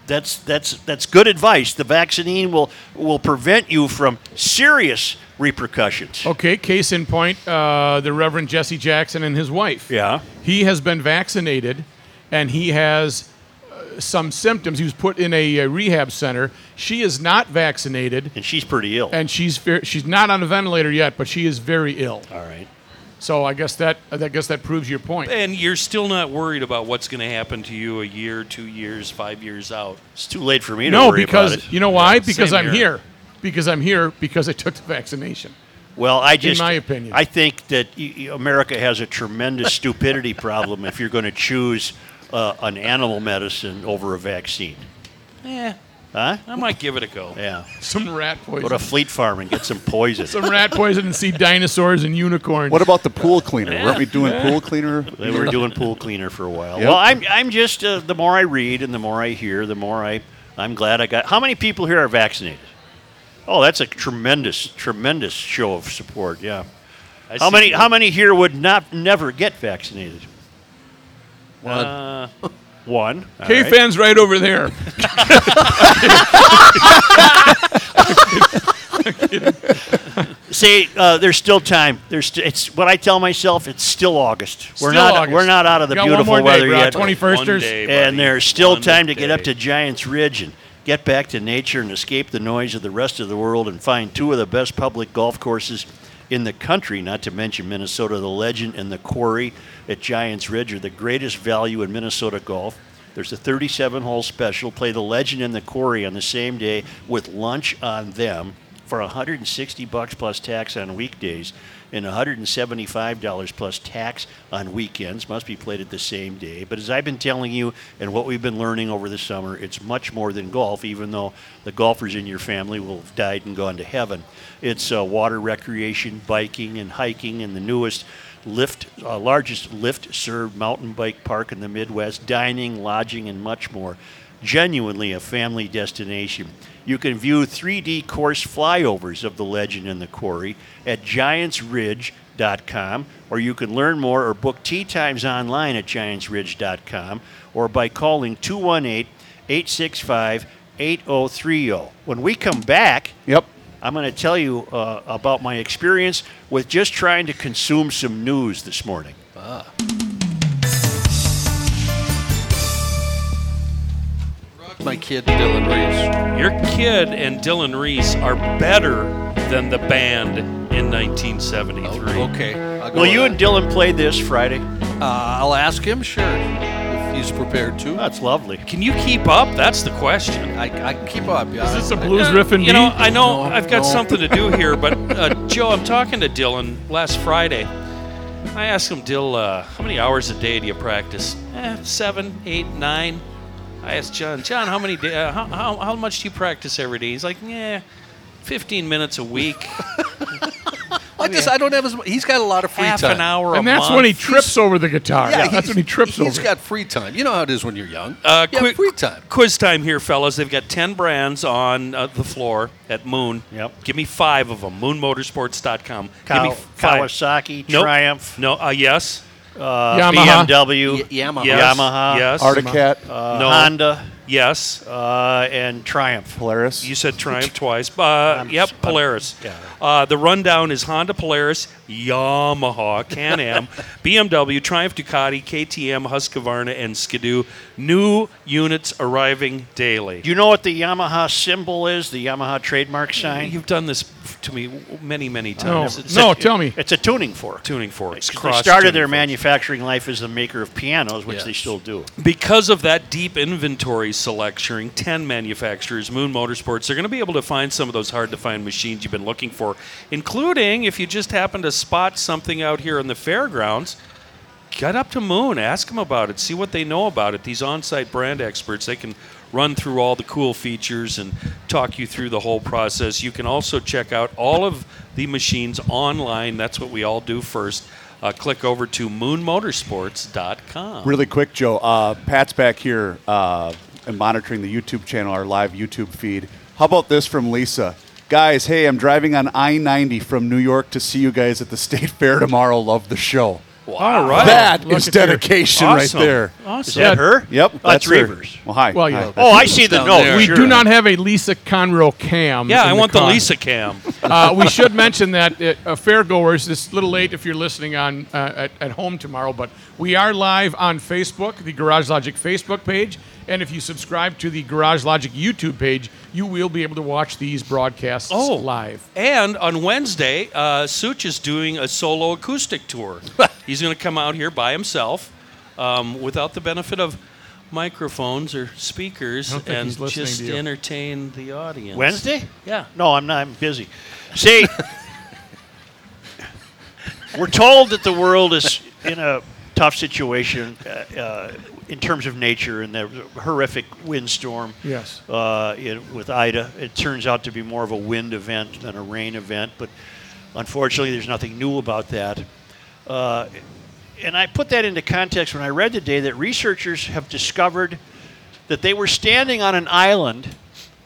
Speaker 1: that's that's that's good advice. The vaccine will will prevent you from serious repercussions.
Speaker 6: Okay, case in point, uh, the Reverend Jesse Jackson and his wife.
Speaker 1: Yeah.
Speaker 6: He has been vaccinated and he has uh, some symptoms. He was put in a, uh rehab center. She is not vaccinated.
Speaker 1: And she's pretty ill.
Speaker 6: And she's fer- she's not on a ventilator yet, but she is very ill.
Speaker 1: All right.
Speaker 6: So I guess that I guess that proves your point.
Speaker 2: And you're still not worried about what's going to happen to you a year, two years, five years out.
Speaker 1: It's too late for me to
Speaker 6: No,
Speaker 1: worry
Speaker 6: because
Speaker 1: about it.
Speaker 6: you know why?
Speaker 2: Yeah,
Speaker 6: because
Speaker 2: same
Speaker 6: I'm
Speaker 2: here.
Speaker 6: here. Because I'm here because I took the vaccination.
Speaker 1: Well, I
Speaker 6: In
Speaker 1: just
Speaker 6: my opinion.
Speaker 1: I think that y- y- America has a tremendous stupidity problem if you're going to choose uh, an animal medicine over a vaccine.
Speaker 2: Eh,
Speaker 1: Huh?
Speaker 2: I might give it a go.
Speaker 1: Yeah.
Speaker 6: Some rat poison.
Speaker 1: Go to Fleet Farm and get some poison.
Speaker 6: Some rat poison and see dinosaurs and unicorns.
Speaker 1: What
Speaker 5: about the pool cleaner?
Speaker 1: Yeah. Weren't we doing Yeah. pool
Speaker 5: cleaner?
Speaker 1: They were doing pool cleaner for a while.
Speaker 5: Yep.
Speaker 1: Well, I'm, I'm just uh, the more I read and the more I hear, the more I I'm glad I got. How many people here are vaccinated? Oh, that's a tremendous, tremendous show of support. Yeah.
Speaker 2: I
Speaker 1: how
Speaker 2: see
Speaker 1: many
Speaker 2: you.
Speaker 1: How many here would not never get vaccinated?
Speaker 2: One.
Speaker 1: Uh, one. All
Speaker 6: K
Speaker 1: right.
Speaker 6: fans right over there.
Speaker 1: See, uh, there's still time. There's st- it's what I tell myself. It's still August. We're
Speaker 6: Still
Speaker 1: not
Speaker 6: August.
Speaker 1: we're not out of the
Speaker 6: You got one
Speaker 1: beautiful
Speaker 6: more day,
Speaker 1: weather
Speaker 6: bro.
Speaker 1: yet.
Speaker 6: 21sters. One day, buddy.
Speaker 1: and there's still
Speaker 6: One
Speaker 1: time to get up
Speaker 6: day.
Speaker 1: to Giants Ridge and get back to nature and escape the noise of the rest of the world and find two of the best public golf courses in the country. Not to mention Minnesota, the Legend and the Quarry at Giants Ridge are the greatest value in Minnesota golf. There's a 37 hole special. Play the Legend and the Quarry on the same day with lunch on them for 160 bucks plus tax on weekdays and $175 plus tax on weekends. Must be played at the same day. But as I've been telling you and what we've been learning over the summer, it's much more than golf, even though the golfers in your family will have died and gone to heaven. It's uh, water recreation, biking, and hiking, and the newest lift, uh, largest lift served mountain bike park in the Midwest, dining, lodging, and much more. Genuinely a family destination. You can view 3D course flyovers of the legend and the quarry at giantsridge.com, or you can learn more or book tea times online at giantsridge.com or by calling 218 865 8030. When we come back,
Speaker 5: yep.
Speaker 1: I'm going to tell you uh, about my experience with just trying to consume some news this morning.
Speaker 7: My kid Dylan Reese.
Speaker 2: Your kid and Dylan Reese are better than the band in 1973.
Speaker 7: Oh, okay. I'll go
Speaker 1: Will
Speaker 7: with
Speaker 1: you
Speaker 7: that.
Speaker 1: and Dylan play this Friday?
Speaker 7: Uh, I'll ask him, sure, if he's prepared to.
Speaker 1: That's lovely.
Speaker 2: Can you keep up? That's the question.
Speaker 7: I, I can keep up. Yeah.
Speaker 6: Is this
Speaker 7: a
Speaker 6: a blues riff and
Speaker 2: You know,
Speaker 6: beat?
Speaker 2: I know I've got
Speaker 6: no.
Speaker 2: something to do here, but uh, Joe, I'm talking to Dylan last Friday. I asked him, Dill, uh, how many hours a day do you practice? Eh, seven, eight, nine. I asked John, John, how many day, uh, how, how, how much do you practice every day? He's like, yeah, 15 minutes a week,
Speaker 7: I
Speaker 1: Oh,
Speaker 7: just I don't have as much. He's got a lot of free
Speaker 2: half
Speaker 7: time.
Speaker 2: an hour a
Speaker 6: and that's
Speaker 2: month.
Speaker 6: when he trips over the guitar.
Speaker 7: Yeah,
Speaker 6: that's when he trips
Speaker 7: He's
Speaker 6: over.
Speaker 7: got free time. You know how it is when you're young.
Speaker 2: Uh,
Speaker 7: You have
Speaker 2: quick-
Speaker 7: free time.
Speaker 2: Quiz time here, fellas. They've got 10 brands on uh, the floor at Moon. Yep. Give me five of them. MoonMotorsports.com. Give me
Speaker 1: Kaw-
Speaker 2: f- five.
Speaker 1: Kawasaki,
Speaker 2: Nope.
Speaker 1: Triumph,
Speaker 2: No, uh, yes.
Speaker 1: uh,
Speaker 2: Yamaha.
Speaker 1: BMW,
Speaker 2: Y- Yamaha.
Speaker 1: Yes. Yamaha,
Speaker 2: Yes.
Speaker 5: Articat.
Speaker 1: uh,
Speaker 2: No.
Speaker 1: Honda,
Speaker 2: Yes.
Speaker 1: uh, and Triumph.
Speaker 5: Polaris.
Speaker 2: You said Triumph twice. Uh, yep, Polaris. Uh, the rundown is Honda Polaris, Yamaha, Can Am, BMW, Triumph Ducati, KTM, Husqvarna, and Skidoo. New units arriving daily.
Speaker 1: Do you know what the Yamaha symbol is? The Yamaha trademark sign?
Speaker 2: You've done this to me many, many
Speaker 6: no,
Speaker 2: times. It's
Speaker 6: no,
Speaker 2: a
Speaker 6: tell me.
Speaker 1: It's a tuning fork.
Speaker 2: tuning forks.
Speaker 1: They
Speaker 2: cross
Speaker 1: started
Speaker 2: tuning
Speaker 1: their
Speaker 2: forks.
Speaker 1: manufacturing life as the maker of pianos, which they still do.
Speaker 2: Because of that deep inventory selection, 10 manufacturers, Moon Motorsports, they're going to be able to find some of those hard to find machines you've been looking for, including if you just happen to spot something out here in the fairgrounds, get up to Moon, ask them about it, see what they know about it. These on site brand experts, they can run through all the cool features and talk you through the whole process. You can also check out all of the machines online. That's what we all do first. Uh, click over to moonmotorsports.com.
Speaker 5: Really quick, Joe. Uh, Pat's back here uh, and monitoring the YouTube channel, our live YouTube feed. How about this from Lisa? guys, hey, I'm driving on I 90 from New York to see you guys at the state fair tomorrow. Love the show. Wow.
Speaker 1: All right.
Speaker 5: That
Speaker 1: Look
Speaker 5: is
Speaker 1: at your-
Speaker 5: dedication
Speaker 1: Awesome.
Speaker 5: right there.
Speaker 1: Awesome. Is that her?
Speaker 5: Yep.
Speaker 1: Oh, that's
Speaker 5: her.
Speaker 1: Reavers.
Speaker 5: Well, hi.
Speaker 6: Well,
Speaker 5: hi.
Speaker 6: yeah.
Speaker 1: Oh, I see the
Speaker 6: Down
Speaker 1: note,
Speaker 6: there. We
Speaker 1: sure.
Speaker 6: do not have a Lisa Conroe cam.
Speaker 2: Yeah,
Speaker 6: in
Speaker 2: I want the
Speaker 6: car.
Speaker 2: Lisa cam.
Speaker 6: uh, we should mention that uh, uh, fairgoers, this is a little late if you're listening on uh, at, at home tomorrow, but we are live on Facebook, the Garage Logic Facebook page, and if you subscribe to the Garage Logic YouTube page, you will be able to watch these broadcasts
Speaker 1: Oh.
Speaker 6: live.
Speaker 2: And on Wednesday, uh, Such is doing a solo acoustic tour. He's going to come out here by himself um, without the benefit of microphones or speakers
Speaker 1: I don't think
Speaker 2: and
Speaker 1: he's listening
Speaker 2: just
Speaker 1: to you.
Speaker 2: entertain the audience.
Speaker 1: Wednesday?
Speaker 2: Yeah.
Speaker 1: No, I'm not. I'm busy. See, we're told that the world is in a tough situation uh, uh, in terms of nature and the horrific windstorm.
Speaker 6: Yes.
Speaker 1: Uh, it, with Ida, it turns out to be more of a wind event than a rain event, but unfortunately, there's nothing new about that. Uh, and I put that into context when I read today that researchers have discovered that they were standing on an island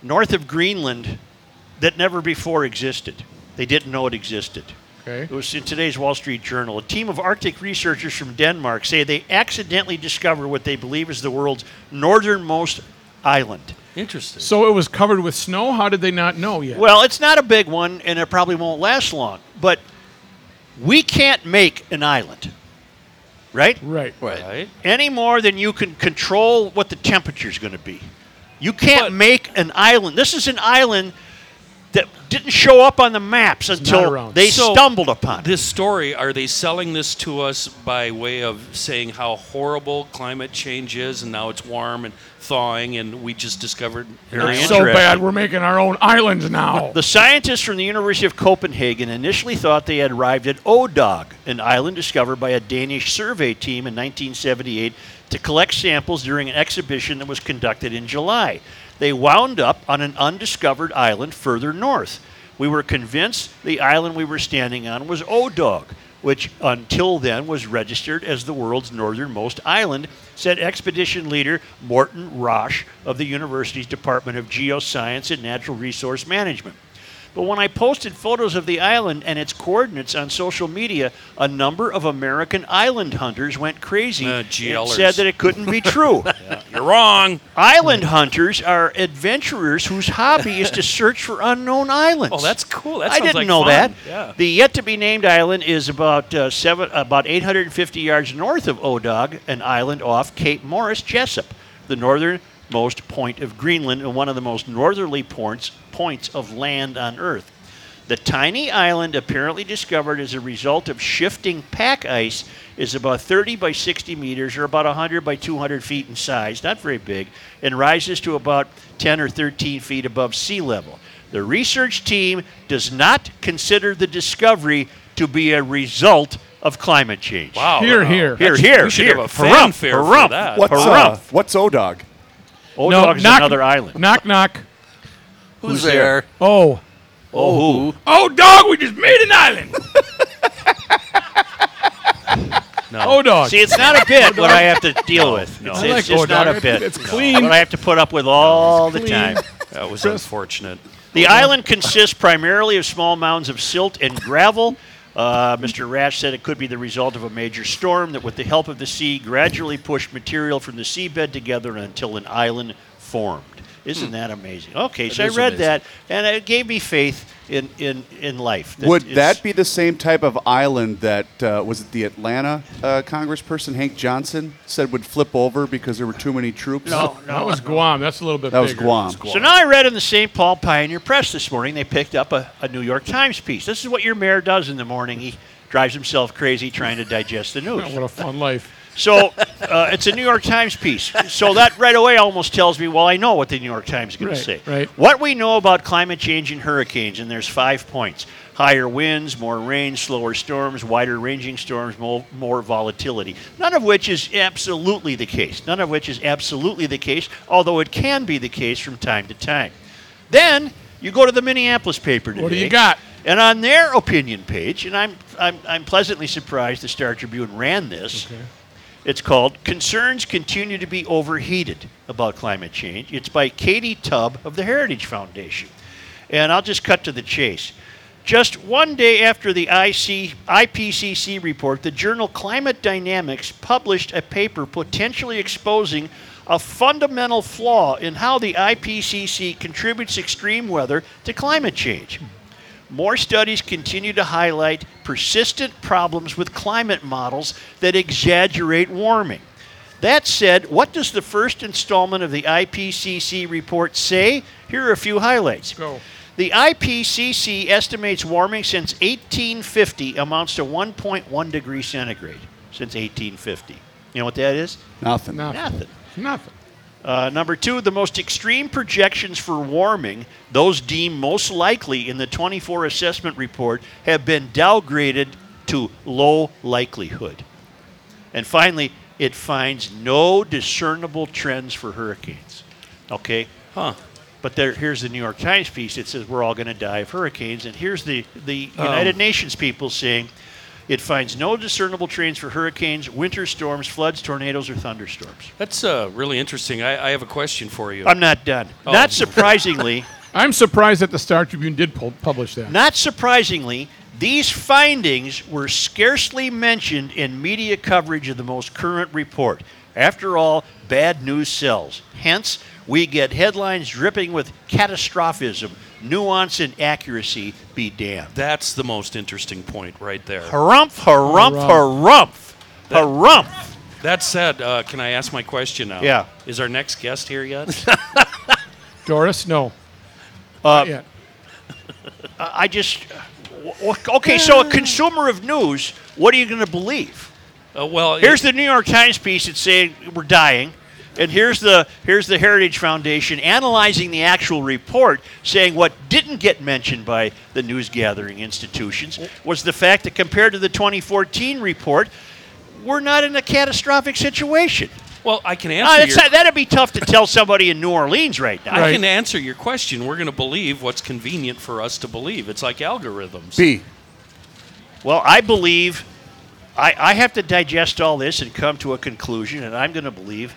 Speaker 1: north of Greenland that never before existed. They didn't know it existed.
Speaker 6: Okay.
Speaker 1: It was in today's Wall Street Journal. A team of Arctic researchers from Denmark say they accidentally discover what they believe is the world's northernmost island.
Speaker 2: Interesting.
Speaker 6: So it was covered with snow? How did they not know yet?
Speaker 1: Well, it's not a big one, and it probably won't last long. But we can't make an island, right?
Speaker 6: Right.
Speaker 2: Right.
Speaker 1: Any more than you can control what the temperature is going to be. You can't make an island. This is an island that didn't show up on the maps until they
Speaker 2: So,
Speaker 1: stumbled upon it.
Speaker 2: This story, are they selling this to us by way of saying how horrible climate change is and now it's warm and thawing and we just discovered
Speaker 1: Very
Speaker 6: It's so
Speaker 1: interesting.
Speaker 6: bad, we're making our own islands now.
Speaker 1: The scientists from the University of Copenhagen initially thought they had arrived at Odog, an island discovered by a Danish survey team in 1978 to collect samples during an exhibition that was conducted in July. They wound up on an undiscovered island further north. We were convinced the island we were standing on was Odog, which until then was registered as the world's northernmost island, said expedition leader Morten Roche of the university's Department of Geoscience and Natural Resource Management. But when I posted photos of the island and its coordinates on social media, a number of American island hunters went crazy
Speaker 2: Uh,
Speaker 1: and
Speaker 2: GLers.
Speaker 1: said that it couldn't be true.
Speaker 2: You're wrong.
Speaker 1: Island hunters are adventurers whose hobby is to search for unknown islands.
Speaker 2: Oh, that's cool. That
Speaker 1: I
Speaker 2: sounds
Speaker 1: didn't
Speaker 2: like
Speaker 1: know
Speaker 2: fun.
Speaker 1: that.
Speaker 2: Yeah.
Speaker 1: The yet to be named island is about uh, seven, about 850 yards north of Odog, an island off Cape Morris Jessup, the northernmost point of Greenland and one of the most northerly points points of land on Earth. The tiny island, apparently discovered as a result of shifting pack ice, is about 30 by 60 meters or about 100 by 200 feet in size, not very big, and rises to about 10 or 13 feet above sea level. The research team does not consider the discovery to be a result of climate change.
Speaker 2: Wow.
Speaker 6: Here, here.
Speaker 1: Here,
Speaker 6: That's-
Speaker 1: here.
Speaker 6: we should
Speaker 1: here.
Speaker 6: have a
Speaker 1: Harumph,
Speaker 6: fanfare for
Speaker 1: harumph,
Speaker 6: that.
Speaker 5: What's, uh,
Speaker 1: harumph.
Speaker 5: what's O-Dog?
Speaker 1: Old
Speaker 6: No,
Speaker 1: Dog is
Speaker 6: knock-
Speaker 1: another island.
Speaker 6: Knock, knock.
Speaker 1: Who's Who's there? there?
Speaker 6: Oh.
Speaker 1: Oh, who?
Speaker 6: Oh, dog, we just made an island. Oh, dog.
Speaker 1: See, it's not a bit what I have to deal with. No,
Speaker 2: I
Speaker 1: it's,
Speaker 2: like
Speaker 1: it's just
Speaker 2: Odog.
Speaker 1: not a
Speaker 2: It's-
Speaker 1: bit.
Speaker 2: it's
Speaker 1: No.
Speaker 2: clean.
Speaker 1: What I have to put up with all the time.
Speaker 2: That was unfortunate.
Speaker 1: The island consists primarily of small mounds of silt and gravel. Uh, Mr. Rash said it could be the result of a major storm that, with the help of the sea, gradually pushed material from the seabed together until an island formed. Isn't that amazing? Okay, so I
Speaker 5: Hmm. That is
Speaker 1: read
Speaker 5: amazing.
Speaker 1: that, and it gave me faith in, in, in life.
Speaker 5: Would
Speaker 1: it's-
Speaker 5: that be the same type of island that uh, was it the Atlanta uh, congressperson Hank Johnson said would flip over because there were too many troops?
Speaker 1: No,
Speaker 6: That was Guam. That's a little bit
Speaker 5: That was
Speaker 6: bigger.
Speaker 5: Guam.
Speaker 1: So now I read in the St. Paul Pioneer Press this morning, they picked up a, a New York Times piece. This is what your mayor does in the morning. He drives himself crazy trying to digest the news.
Speaker 6: What a fun life.
Speaker 1: So uh, it's a New York Times piece. So that right away almost tells me, well, I know what the New York Times is going
Speaker 6: Right,
Speaker 1: to say.
Speaker 6: right.
Speaker 1: What we know about climate change and hurricanes, and there's five points higher winds, more rain, slower storms, wider ranging storms, more, more volatility. None of which is absolutely the case. None of which is absolutely the case, although it can be the case from time to time. Then you go to the Minneapolis paper today.
Speaker 6: What do you got?
Speaker 1: And on their opinion page, and I'm, I'm, I'm pleasantly surprised the Star Tribune ran this. It's called Concerns Continue to Be Overheated About Climate Change. It's by Katie Tubb of the Heritage Foundation. and I'll just cut to the chase. Just one day after the IC, IPCC report, the journal Climate Dynamics published a paper potentially exposing a fundamental flaw in how the IPCC contributes extreme weather to climate change. More studies continue to highlight persistent problems with climate models that exaggerate warming. That said, what does the first installment of the IPCC report say? Here are a few highlights. Go. The IPCC estimates warming since 1850 amounts to 1.1 degrees centigrade since 1850. You know what that is?
Speaker 5: Nothing.
Speaker 1: Nothing.
Speaker 6: Nothing.
Speaker 1: Uh, number two, the most extreme projections for warming, those deemed most likely in the 24 assessment report, have been downgraded to low likelihood. And finally, it finds no discernible trends for hurricanes. Okay? Huh. But there, here's the New York Times piece that says we're all going to die of hurricanes. And here's the, the
Speaker 2: Oh.
Speaker 1: United Nations people saying it finds no discernible trends for hurricanes, winter storms, floods, tornadoes, or thunderstorms.
Speaker 2: That's uh, really interesting. I, I have a question for you.
Speaker 1: I'm not done.
Speaker 2: Oh.
Speaker 1: Not surprisingly,
Speaker 6: I'm surprised that the Star Tribune did pu- publish that.
Speaker 1: not surprisingly, these findings were scarcely mentioned in media coverage of the most current report. After all, bad news sells. Hence, we get headlines dripping with catastrophism, nuance, and accuracy. Be damned.
Speaker 2: That's the most interesting point right there.
Speaker 1: Harumph, harumph,
Speaker 2: Harumph.
Speaker 1: harumph, harumph.
Speaker 2: That said, uh, can I ask my question now?
Speaker 1: Yeah.
Speaker 2: Is our next guest here yet? Uh,
Speaker 6: Doris, no.
Speaker 1: Uh,
Speaker 6: yet.
Speaker 1: I just. w- w- Okay, so a consumer of news, what are you going to believe?
Speaker 2: Uh, well,
Speaker 1: here's the New York Times piece that's saying we're dying, and here's the here's the Heritage Foundation analyzing the actual report, saying what didn't get mentioned by the news gathering institutions was the fact that compared to the 2014 report, we're not in a catastrophic situation.
Speaker 2: Well, I can
Speaker 1: Ah,
Speaker 2: answer
Speaker 1: that's
Speaker 2: your-
Speaker 1: not- that'd be tough to tell somebody in New Orleans right now.
Speaker 2: I can answer your question. We're going to believe what's convenient for us to believe. It's like algorithms.
Speaker 1: B. Well, I believe I, I have to digest all this and come to a conclusion, and I'm going to believe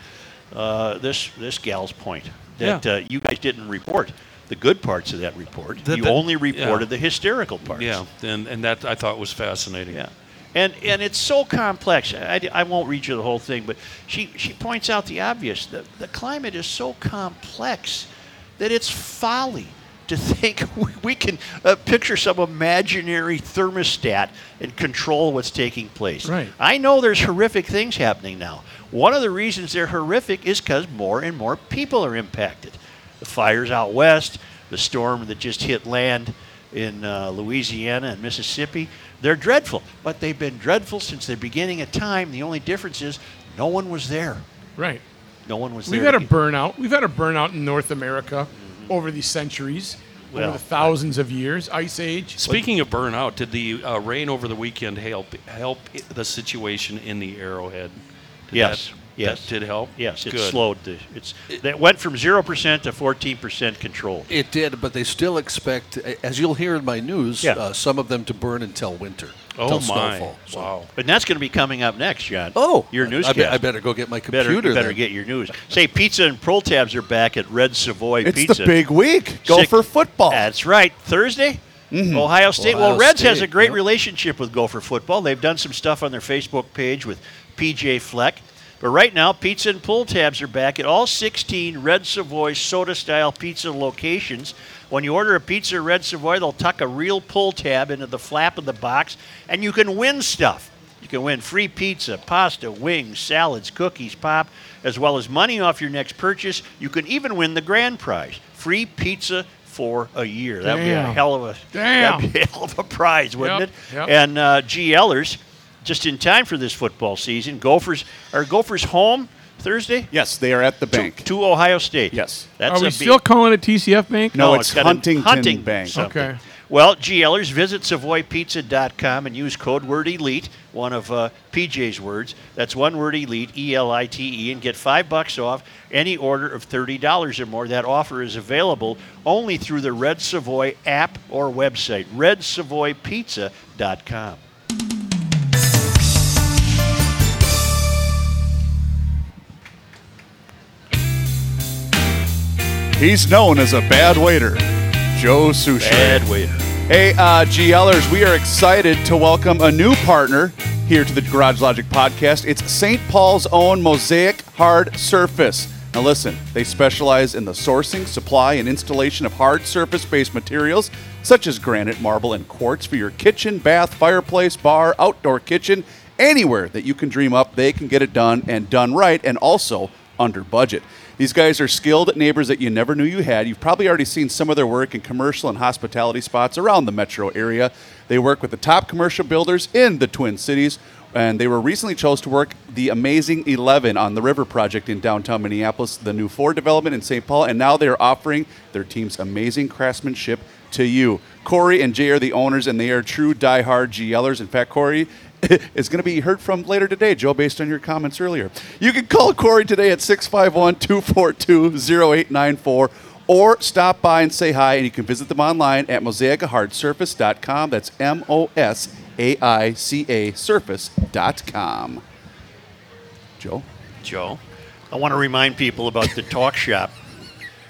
Speaker 1: uh, this this gal's point that uh, you guys didn't report the good parts of that report.
Speaker 2: That-
Speaker 1: you
Speaker 2: that-
Speaker 1: only
Speaker 2: yeah.
Speaker 1: reported the hysterical parts.
Speaker 2: Yeah, and, and that I thought was fascinating. Yeah.
Speaker 1: And, and it's so complex. I, I won't read you the whole thing, but she, she points out the obvious. The, the climate is so complex that it's folly to think we, we can uh, picture some imaginary thermostat and control what's taking place.
Speaker 14: Right.
Speaker 1: I know there's horrific things happening now. One of the reasons they're horrific is because more and more people are impacted. The fires out west, the storm that just hit land in uh, Louisiana and Mississippi, they're dreadful. But they've been dreadful since the beginning of time. The only difference is no one was there.
Speaker 6: Right.
Speaker 1: No one was
Speaker 6: We've
Speaker 1: there.
Speaker 6: had a burnout. We've had a burnout in North America over the centuries,
Speaker 2: Well,
Speaker 6: over the thousands of years, ice age.
Speaker 2: Speaking of burnout, did the uh, rain over the weekend help help the situation in the Arrowhead? Did
Speaker 1: Yes,
Speaker 2: that-
Speaker 1: yes.
Speaker 2: that did help.
Speaker 1: Yes, it
Speaker 2: Good.
Speaker 1: slowed. The, it's that went from zero percent to fourteen percent control.
Speaker 7: It did, but they still expect, as you'll hear in my news,
Speaker 1: Yeah.
Speaker 7: uh, some of them to burn until winter. till Snowfall. So-
Speaker 1: Oh, Wow! And that's going to be coming up next, John.
Speaker 7: Oh,
Speaker 1: your
Speaker 7: I-
Speaker 1: news.
Speaker 7: I be- I better go get my
Speaker 1: Better,
Speaker 7: computer
Speaker 1: you better
Speaker 7: then.
Speaker 1: get your news. Say, pizza and Pro Tabs are back at Red Savoy
Speaker 5: It's the
Speaker 1: Pizza.
Speaker 5: big week. Gopher
Speaker 1: football. That's right. Thursday.
Speaker 7: Mm-hmm.
Speaker 1: Ohio State. well,
Speaker 5: Ohio
Speaker 1: Reds has a
Speaker 5: State,
Speaker 1: great
Speaker 5: yep.
Speaker 1: relationship with Gopher football. They've done some stuff on their Facebook page with PJ Fleck. But right now, pizza and pull tabs are back at all 16 Red Savoy soda style pizza locations. When you order a pizza at Red Savoy, they'll tuck a real pull tab into the flap of the box, and you can win stuff. You can win free pizza, pasta, wings, salads, cookies, pop, as well as money off your next purchase. You can even win the grand prize free pizza for a year. That would be a
Speaker 14: Damn.
Speaker 1: hell of a
Speaker 14: Damn.
Speaker 1: that'd be a hell of a prize, wouldn't
Speaker 14: Yep,
Speaker 1: it?
Speaker 14: yep.
Speaker 1: And uh, GLers, just in time for this football season, Gophers are Gophers home Thursday.
Speaker 5: Yes, they are at the bank.
Speaker 1: To, Ohio State.
Speaker 5: Yes.
Speaker 1: That's
Speaker 6: Are we
Speaker 1: a
Speaker 6: still calling it TCF Bank?
Speaker 5: No, it's
Speaker 1: got a
Speaker 5: Huntington
Speaker 1: Hunting
Speaker 5: Bank.
Speaker 1: something.
Speaker 6: Okay.
Speaker 1: Well, GLers, visit SavoyPizza.com and use code word ELITE, one of uh, PJ's words. That's one word ELITE, E L I T E, and get five bucks off any order of $30 or more. That offer is available only through the Red Savoy app or website, redsavoypizza.com.
Speaker 5: He's known as a bad waiter. Joe Sushi.
Speaker 1: Bad waiter.
Speaker 5: Hey, uh, GLers, we are excited to welcome a new partner here to the Garage Logic podcast. It's St. Paul's own Mosaic Hard Surface. Now, listen, they specialize in the sourcing, supply, and installation of hard surface based materials such as granite, marble, and quartz for your kitchen, bath, fireplace, bar, outdoor kitchen, anywhere that you can dream up, they can get it done and done right and also under budget. These guys are skilled neighbors that you never knew you had. You've probably already seen some of their work in commercial and hospitality spots around the metro area. They work with the top commercial builders in the Twin Cities, and they were recently chose to work the amazing 11 on the River project in downtown Minneapolis, the new Ford development in St. Paul, and now they are offering their team's amazing craftsmanship to you. Corey and Jay are the owners, and they are true diehard GLers. In fact, Corey is going to be heard from later today, Joe, based on your comments earlier. You can call Corey today at 651 242 0894 or stop by and say hi, and you can visit them online at mosaicahardsurface.com. That's M O S A I C A surface.com. Joe?
Speaker 1: Joe, I want to remind people about the talk shop.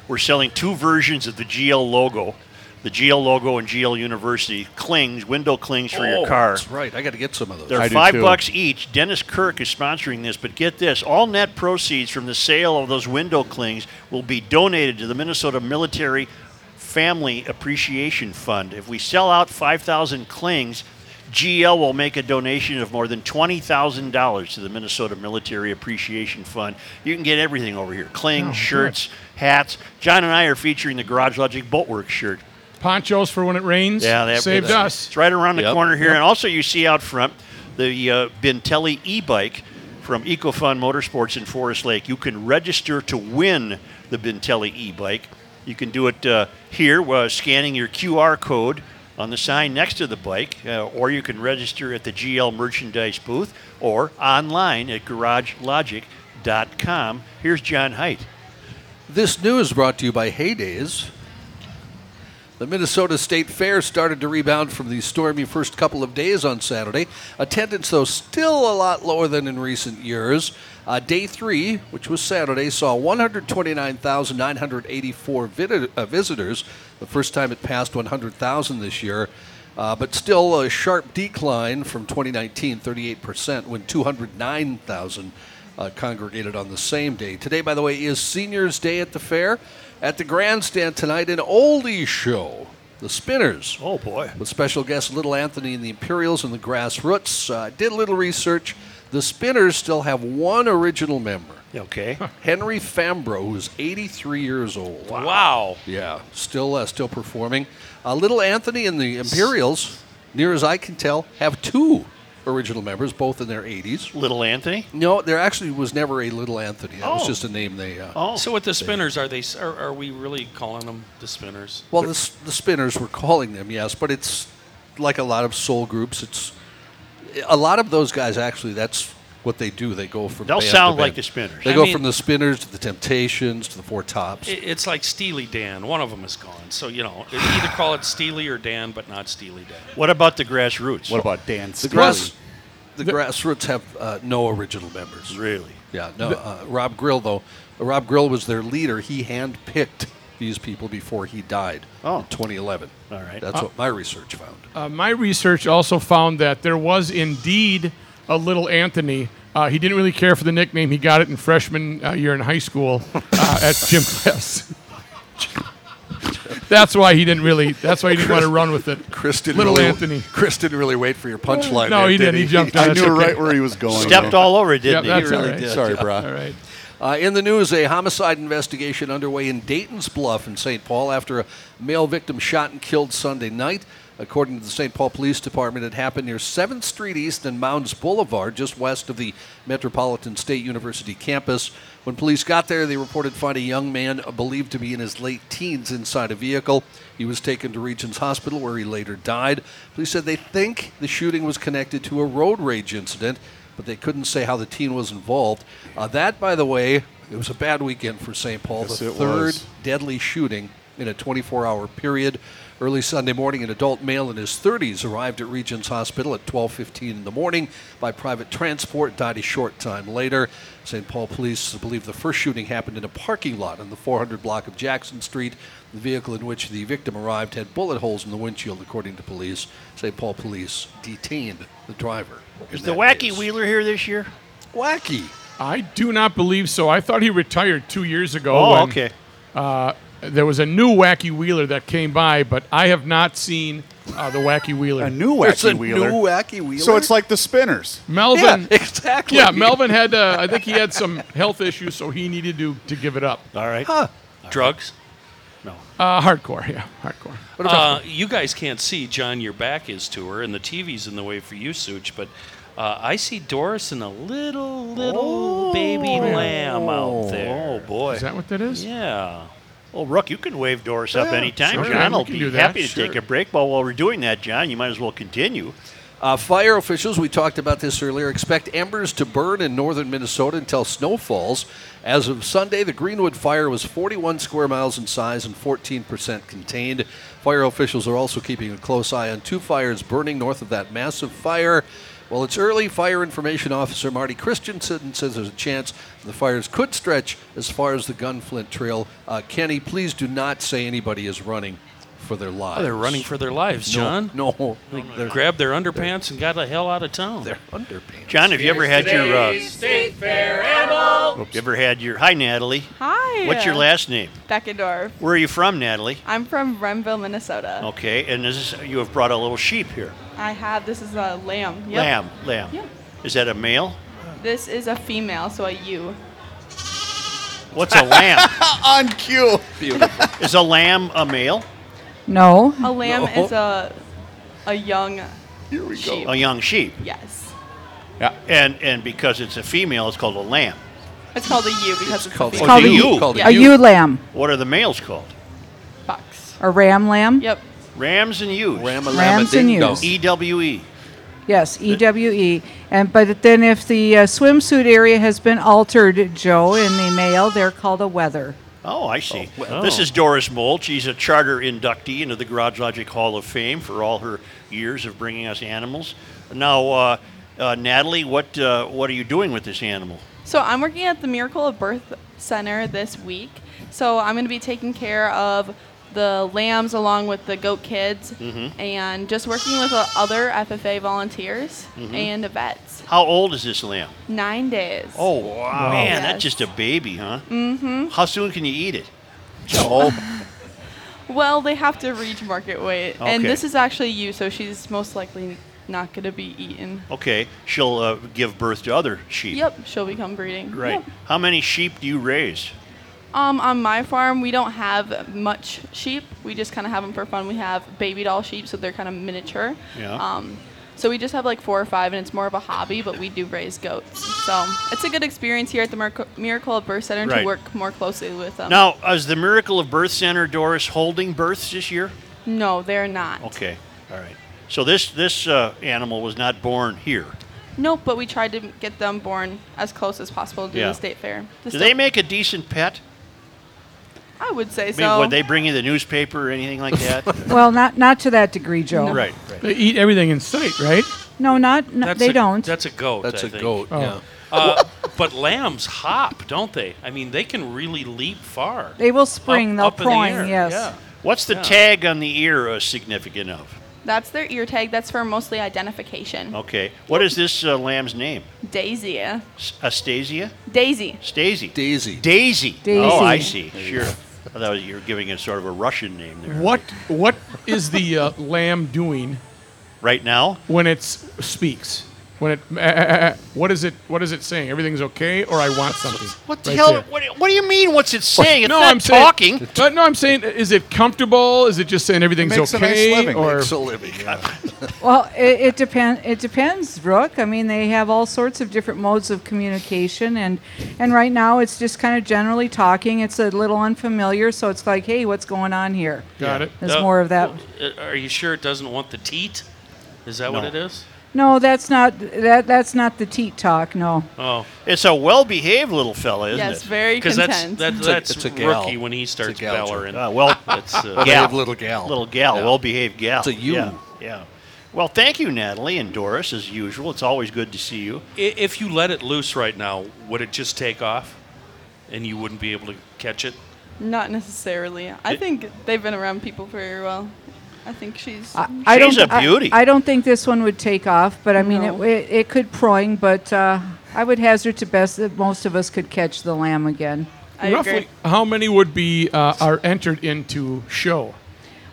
Speaker 1: We're selling two versions of the GL logo. The GL logo and GL University clings, window clings for
Speaker 7: Oh,
Speaker 1: your car.
Speaker 7: That's right. I got to get some of those.
Speaker 1: They're five bucks each. Dennis Kirk is sponsoring this, but get this: all net proceeds from the sale of those window clings will be donated to the Minnesota Military Family Appreciation Fund. If we sell out five thousand clings, GL will make a donation of more than twenty thousand dollars to the Minnesota Military Appreciation Fund. You can get everything over here: clings,
Speaker 6: Oh, good.
Speaker 1: shirts, hats. John and I are featuring the Garage Logic Boatwork shirt.
Speaker 6: Ponchos for when it rains.
Speaker 1: Yeah, that
Speaker 6: saved
Speaker 1: it's-
Speaker 6: us.
Speaker 1: It's right around the
Speaker 6: Yep.
Speaker 1: corner here,
Speaker 6: Yep.
Speaker 1: and also you see out front the uh, Bentelli e-bike from EcoFun Motorsports in Forest Lake. You can register to win the Bentelli e-bike. You can do it uh, here, uh, scanning your QR code on the sign next to the bike, uh, or you can register at the GL merchandise booth or online at GarageLogic.com. Here's John Height.
Speaker 7: This news brought to you by Haydays. The Minnesota State Fair started to rebound from the stormy first couple of days on Saturday. Attendance, though, still a lot lower than in recent years. Uh, day three, which was Saturday, saw 129,984 vid- uh, visitors, the first time it passed 100,000 this year, uh, but still a sharp decline from 2019, 38%, when 209,000 uh, congregated on the same day. Today, by the way, is Seniors Day at the fair. At the grandstand tonight, an oldies show, The Spinners.
Speaker 1: Oh, boy.
Speaker 7: With special guests Little Anthony and the Imperials and the Grassroots. Uh, I did a little research. The Spinners still have one original member.
Speaker 1: Okay.
Speaker 7: Henry Fambro, who's 83 years old.
Speaker 2: Wow.
Speaker 7: Yeah, still uh, still performing. Uh, Little Anthony and the Imperials, near as I can tell, have two original members, both in their 80s.
Speaker 1: Little Anthony?
Speaker 7: No, there actually was never a Little Anthony. That was
Speaker 2: Oh.
Speaker 7: just a name they. Uh,
Speaker 2: So with the spinners, are they? s- Are, are we really calling them the spinners?
Speaker 7: Well, the, s- the spinners were calling them, yes, but it's like a lot of soul groups. It's a lot of those guys actually. That's what they do. They go from
Speaker 1: They'll
Speaker 7: band to
Speaker 1: sound like
Speaker 7: band.
Speaker 1: the Spinners.
Speaker 7: They
Speaker 2: I
Speaker 7: go
Speaker 2: mean-
Speaker 7: from the spinners to the Temptations to the Four Tops.
Speaker 2: It- It's like Steely Dan. One of them is gone. So you know, either call it Steely or Dan, but not Steely Dan.
Speaker 1: What about the grassroots?
Speaker 5: What about Dan
Speaker 7: The
Speaker 5: Steele?
Speaker 7: grass, the grassroots have uh, no original members.
Speaker 1: Really?
Speaker 7: Yeah. No. Uh, Rob Grill though. uh, Rob Grill was their leader. He handpicked these people before he died. Oh. In 2011. All right. That's
Speaker 6: Uh,
Speaker 7: what my research found.
Speaker 6: Uh, my research also found that there was indeed a little Anthony. Uh, he didn't really care for the nickname. He got it in freshman uh, year in high school uh, at gym class. that's why he didn't really. That's why he didn't want to run with it.
Speaker 7: Chris didn't
Speaker 6: little
Speaker 7: really-
Speaker 6: Anthony.
Speaker 7: Chris didn't really wait for your punchline.
Speaker 6: No,
Speaker 7: there,
Speaker 6: he didn't. He, jumped. on
Speaker 7: I
Speaker 6: it.
Speaker 7: knew
Speaker 6: That's okay.
Speaker 7: right where he was going.
Speaker 6: Stepped
Speaker 7: though.
Speaker 6: all over it, didn't
Speaker 7: Yeah,
Speaker 6: he?
Speaker 7: that's
Speaker 6: He
Speaker 7: all
Speaker 6: really
Speaker 7: right.
Speaker 6: did.
Speaker 7: Sorry,
Speaker 6: Yeah.
Speaker 7: brah.
Speaker 6: All right.
Speaker 7: Uh, in the news, a homicide investigation underway in Dayton's Bluff in St. Paul after a male victim shot and killed Sunday night. According to the St. Paul Police Department, it happened near 7th Street East and Mounds Boulevard, just west of the Metropolitan State University campus. When police got there, they reported find a young man believed to be in his late teens inside a vehicle. He was taken to Regent's Hospital, where he later died. Police said they think the shooting was connected to a road rage incident but they couldn't say how the teen was involved. Uh, that, by the way, it was a bad weekend for St. Paul.
Speaker 5: Yes,
Speaker 7: the
Speaker 5: it
Speaker 7: third
Speaker 5: was.
Speaker 7: deadly shooting in a 24 hour period. Early Sunday morning, an adult male in his 30s arrived at Regent's Hospital at 12:15 in the morning by private transport. Died a short time later. St. Paul police believe the first shooting happened in a parking lot in the 400 block of Jackson Street. The vehicle in which the victim arrived had bullet holes in the windshield, according to police. St. Paul police detained the driver.
Speaker 1: Is
Speaker 7: in
Speaker 1: the
Speaker 7: that
Speaker 1: wacky wheeler here this year?
Speaker 7: Wacky.
Speaker 6: I do not believe so. I thought he retired two years ago.
Speaker 1: Oh,
Speaker 6: when,
Speaker 1: okay.
Speaker 6: Uh, there was a new wacky wheeler that came by, but I have not seen uh, the wacky wheeler.
Speaker 5: A new wacky wheeler. So it's like the spinners.
Speaker 6: Melvin.
Speaker 5: Yeah, exactly.
Speaker 6: Yeah, Melvin had. Uh, I think he had some health issues, so he needed to to give it up.
Speaker 1: All right.
Speaker 2: Drugs?
Speaker 6: Uh, hardcore. Yeah, hardcore.
Speaker 2: Uh, you guys can't see John. Your back is to her, and the TV's in the way for you, Such. But uh, I see Doris and a little little baby lamb out there.
Speaker 1: Oh boy,
Speaker 6: Is that what that is?
Speaker 1: Yeah. Well, Rook, you can wave Doris up
Speaker 6: Yeah,
Speaker 1: anytime.
Speaker 6: sure.
Speaker 1: John
Speaker 6: We
Speaker 1: will
Speaker 6: can
Speaker 1: be
Speaker 6: do that,
Speaker 1: happy to
Speaker 6: sure.
Speaker 1: take a break. But while we're doing that, John, you might as well continue.
Speaker 7: Uh, fire officials, we talked about this earlier, expect embers to burn in northern Minnesota until snow falls. As of Sunday, the Greenwood fire was 41 square miles in size and 14% contained. Fire officials are also keeping a close eye on two fires burning north of that massive fire. Well, it's early. Fire Information Officer Marty Christensen says there's a chance the fires could stretch as far as the Gunflint Trail. Uh, Kenny, please do not say anybody is running for their lives.
Speaker 2: Oh, they're running for their lives,
Speaker 7: No,
Speaker 2: John.
Speaker 7: No, They're-
Speaker 2: grabbed their underpants and got the hell out of town. They're
Speaker 7: underpants.
Speaker 1: John, have you ever had your uh,
Speaker 14: State Fair Animal.
Speaker 1: you ever had your? Hi, Natalie.
Speaker 14: Hi.
Speaker 1: What's your last name?
Speaker 14: Beckendorf.
Speaker 1: Where are you from, Natalie?
Speaker 14: I'm from Renville, Minnesota.
Speaker 1: Okay, and this is, you have brought a little sheep here.
Speaker 14: I have this is a lamb. Yep.
Speaker 1: Oh. Lamb, lamb.
Speaker 14: Yeah.
Speaker 1: Is that a male?
Speaker 14: This is a female, so a ewe.
Speaker 1: What's a lamb?
Speaker 5: On cue.
Speaker 1: Beautiful. Is a lamb a male?
Speaker 9: No.
Speaker 14: A lamb
Speaker 1: No.
Speaker 14: is a a young. Here we
Speaker 1: A young sheep.
Speaker 14: Yes.
Speaker 1: Yeah. And and because it's a female, it's called a lamb.
Speaker 14: It's called a ewe because it's,
Speaker 1: called-
Speaker 14: a
Speaker 1: It's
Speaker 14: female.
Speaker 1: called a ewe.
Speaker 9: a ewe lamb.
Speaker 1: What are the males called?
Speaker 9: A ram lamb.
Speaker 14: Yep.
Speaker 1: Rams and ewes. Ram
Speaker 9: and Rams and dingo. ewes.
Speaker 1: E W E.
Speaker 9: Yes, EWE. And but then if the uh, swimsuit area has been altered, Joe, in the mail, they're called a weather.
Speaker 1: Oh, I see. This is Doris Mold. She's a charter inductee into the Garage Logic Hall of Fame for all her years of bringing us animals. Now, uh, uh, Natalie, what uh, what are you doing with this animal?
Speaker 14: So I'm working at the Miracle of Birth Center this week. So I'm going to be taking care of the lambs along with the goat kids
Speaker 1: Mhm.
Speaker 14: and just working with uh, other FFA volunteers
Speaker 1: Mhm.
Speaker 14: and the vets.
Speaker 1: How old is this lamb?
Speaker 14: Nine days.
Speaker 1: Oh, wow. man, that's
Speaker 14: Yes.
Speaker 1: just a baby, huh?
Speaker 14: Mm-hmm.
Speaker 1: How soon can you eat it? Oh,
Speaker 14: Well, they have to reach market weight. And
Speaker 1: Okay.
Speaker 14: this is actually you, so she's most likely not going to be eaten.
Speaker 1: okay. She'll uh, give birth to other sheep.
Speaker 14: Yep, she'll become breeding.
Speaker 1: Right.
Speaker 14: Yep.
Speaker 1: How many sheep do you raise?
Speaker 14: Um, on my farm, we don't have much sheep. We just kind of have them for fun. We have baby doll sheep, so they're kind of miniature.
Speaker 1: Yeah.
Speaker 14: Um, so we just have like four or five, and it's more of a hobby, but we do raise goats. So it's a good experience here at the Miracle, Miracle of Birth Center
Speaker 1: Right.
Speaker 14: to work more closely with um, them.
Speaker 1: Now, is the Miracle of Birth Center, Doris, holding births this year?
Speaker 14: No, they're not.
Speaker 1: Okay, all right. So this this uh, animal was not born here.
Speaker 14: Nope, but we tried to get them born as close as possible to
Speaker 1: Yeah.
Speaker 14: the state fair. The
Speaker 1: Do
Speaker 14: state-
Speaker 1: they make a decent pet?
Speaker 14: I would say
Speaker 1: I mean,
Speaker 14: so.
Speaker 1: would they bring you the newspaper or anything like that?
Speaker 9: Well, not not to that degree, Joe.
Speaker 1: Right,
Speaker 6: They eat everything in sight, right?
Speaker 9: No, not no,
Speaker 2: That's
Speaker 9: they
Speaker 2: a-
Speaker 9: don't.
Speaker 2: That's a goat.
Speaker 7: That's
Speaker 2: a
Speaker 7: a goat, Oh. yeah.
Speaker 2: Uh, but lambs hop, don't they? I mean, they can really leap far.
Speaker 9: They will spring, they'll
Speaker 2: up in the
Speaker 9: proin,
Speaker 2: air,
Speaker 9: yes.
Speaker 2: yeah.
Speaker 1: What's the
Speaker 2: Yeah.
Speaker 1: tag on the ear uh, significant of?
Speaker 14: That's their ear tag. That's for mostly identification.
Speaker 1: Okay, what is this uh, lamb's name?
Speaker 14: Daisy.
Speaker 1: S- Astasia?
Speaker 14: Daisy.
Speaker 1: Stacy.
Speaker 7: Daisy.
Speaker 1: Daisy.
Speaker 14: Daisy.
Speaker 1: Oh, I see.
Speaker 14: There
Speaker 1: Sure. I thought you were giving it sort of a Russian name there.
Speaker 6: Uh, What What is the uh, lamb doing
Speaker 1: Right now?
Speaker 6: when it s- speaks? When it eh, eh, eh, what is it What is it saying? Everything's okay, or I want something.
Speaker 1: What the
Speaker 6: Right
Speaker 1: hell?
Speaker 6: there.
Speaker 1: What, what do you mean? What's it saying? It's
Speaker 6: no,
Speaker 1: not
Speaker 6: I'm saying- Uh,
Speaker 1: talking.
Speaker 6: no, no, I'm saying, is it comfortable? Is it just saying everything's
Speaker 5: Makes a nice
Speaker 6: okay?
Speaker 5: living.
Speaker 6: Or
Speaker 5: Makes a living.
Speaker 9: Well, it, it depends. It depends, Brooke. I mean, they have all sorts of different modes of communication, and and right now it's just kind of generally talking. It's a little unfamiliar, so it's like, hey, what's going on here?
Speaker 2: Got it.
Speaker 9: There's
Speaker 2: Uh,
Speaker 9: more of that.
Speaker 2: Uh, Are you sure it doesn't want the teat? Is that what
Speaker 1: No.
Speaker 2: it is?
Speaker 9: No, that's not that. That's not the teat talk. No.
Speaker 1: Oh, it's a well-behaved little fella, isn't
Speaker 14: Yes,
Speaker 1: it?
Speaker 14: very
Speaker 2: Because that's
Speaker 14: content.
Speaker 2: that,
Speaker 1: It's a-
Speaker 2: that's
Speaker 1: it's a gal.
Speaker 2: rookie when he starts
Speaker 1: gal joke.
Speaker 2: bellering.
Speaker 1: Ah, well,
Speaker 2: that's uh,
Speaker 1: gal.
Speaker 2: little gal.
Speaker 1: Little gal,
Speaker 2: Yeah.
Speaker 1: well-behaved gal.
Speaker 2: It's a you.
Speaker 1: Yeah, yeah. Well, thank you, Natalie and Doris, as usual. It's always good to see you.
Speaker 2: I- If you let it loose right now, would it just take off, and you wouldn't be able to catch it?
Speaker 14: Not necessarily. I think they've been around people very well. I think she's.
Speaker 9: I don't, I- I, don't think this one would take off, but I mean,
Speaker 14: No.
Speaker 9: it, it, it could proing, but uh, I would hazard to best that most of us could catch the lamb again.
Speaker 6: Roughly, how many would be uh, are entered into show?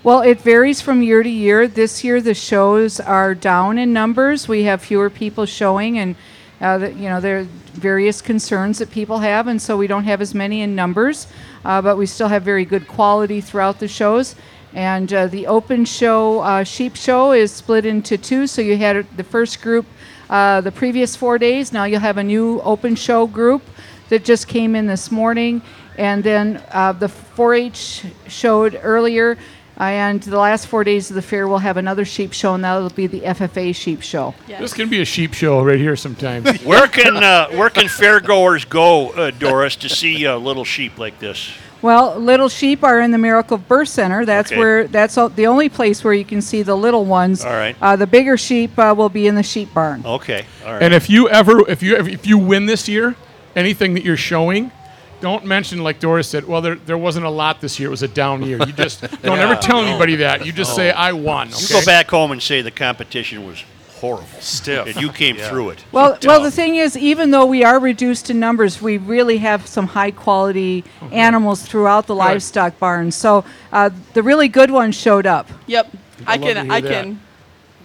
Speaker 9: Well, it varies from year to year. This year, the shows are down in numbers. We have fewer people showing, and uh, the, you know there are various concerns that people have, and so we don't have as many in numbers. Uh, but we still have very good quality throughout the shows. And uh, the open show uh, sheep show is split into two. So you had the first group uh, the previous four days. Now you'll have a new open show group that just came in this morning. And then uh, the 4 H showed earlier. And the last four days of the fair, we'll have another sheep show, and that'll be the FFA sheep show.
Speaker 6: This can be a sheep show right here sometimes.
Speaker 1: Where can uh, where can fairgoers go, uh, Doris, to see uh, little sheep like this?
Speaker 9: Well, little sheep are in the Miracle Birth Center. That's
Speaker 1: Okay.
Speaker 9: where that's all, the only place where you can see the little ones.
Speaker 1: All right.
Speaker 9: Uh, the bigger sheep uh, will be in the sheep barn.
Speaker 1: Okay, all right.
Speaker 6: And if you ever, if you ever, if you win this year, anything that you're showing, don't mention like Doris said. Well, there, there wasn't a lot this year. It was a down year. You just don't ever
Speaker 1: Yeah,
Speaker 6: tell
Speaker 1: no.
Speaker 6: anybody that. You just
Speaker 1: No.
Speaker 6: say I won.
Speaker 1: You
Speaker 6: okay?
Speaker 1: go back home and say the competition was horrible,
Speaker 2: stiff,
Speaker 1: and you came
Speaker 2: Yeah.
Speaker 1: through it.
Speaker 9: Well, well, the thing is, even though we are reduced in numbers, we really have some high quality animals throughout the livestock barn. So uh, the really good ones showed up.
Speaker 14: Yep. I,
Speaker 1: I'd love to
Speaker 14: can.
Speaker 1: hear
Speaker 14: I
Speaker 1: that.
Speaker 14: can.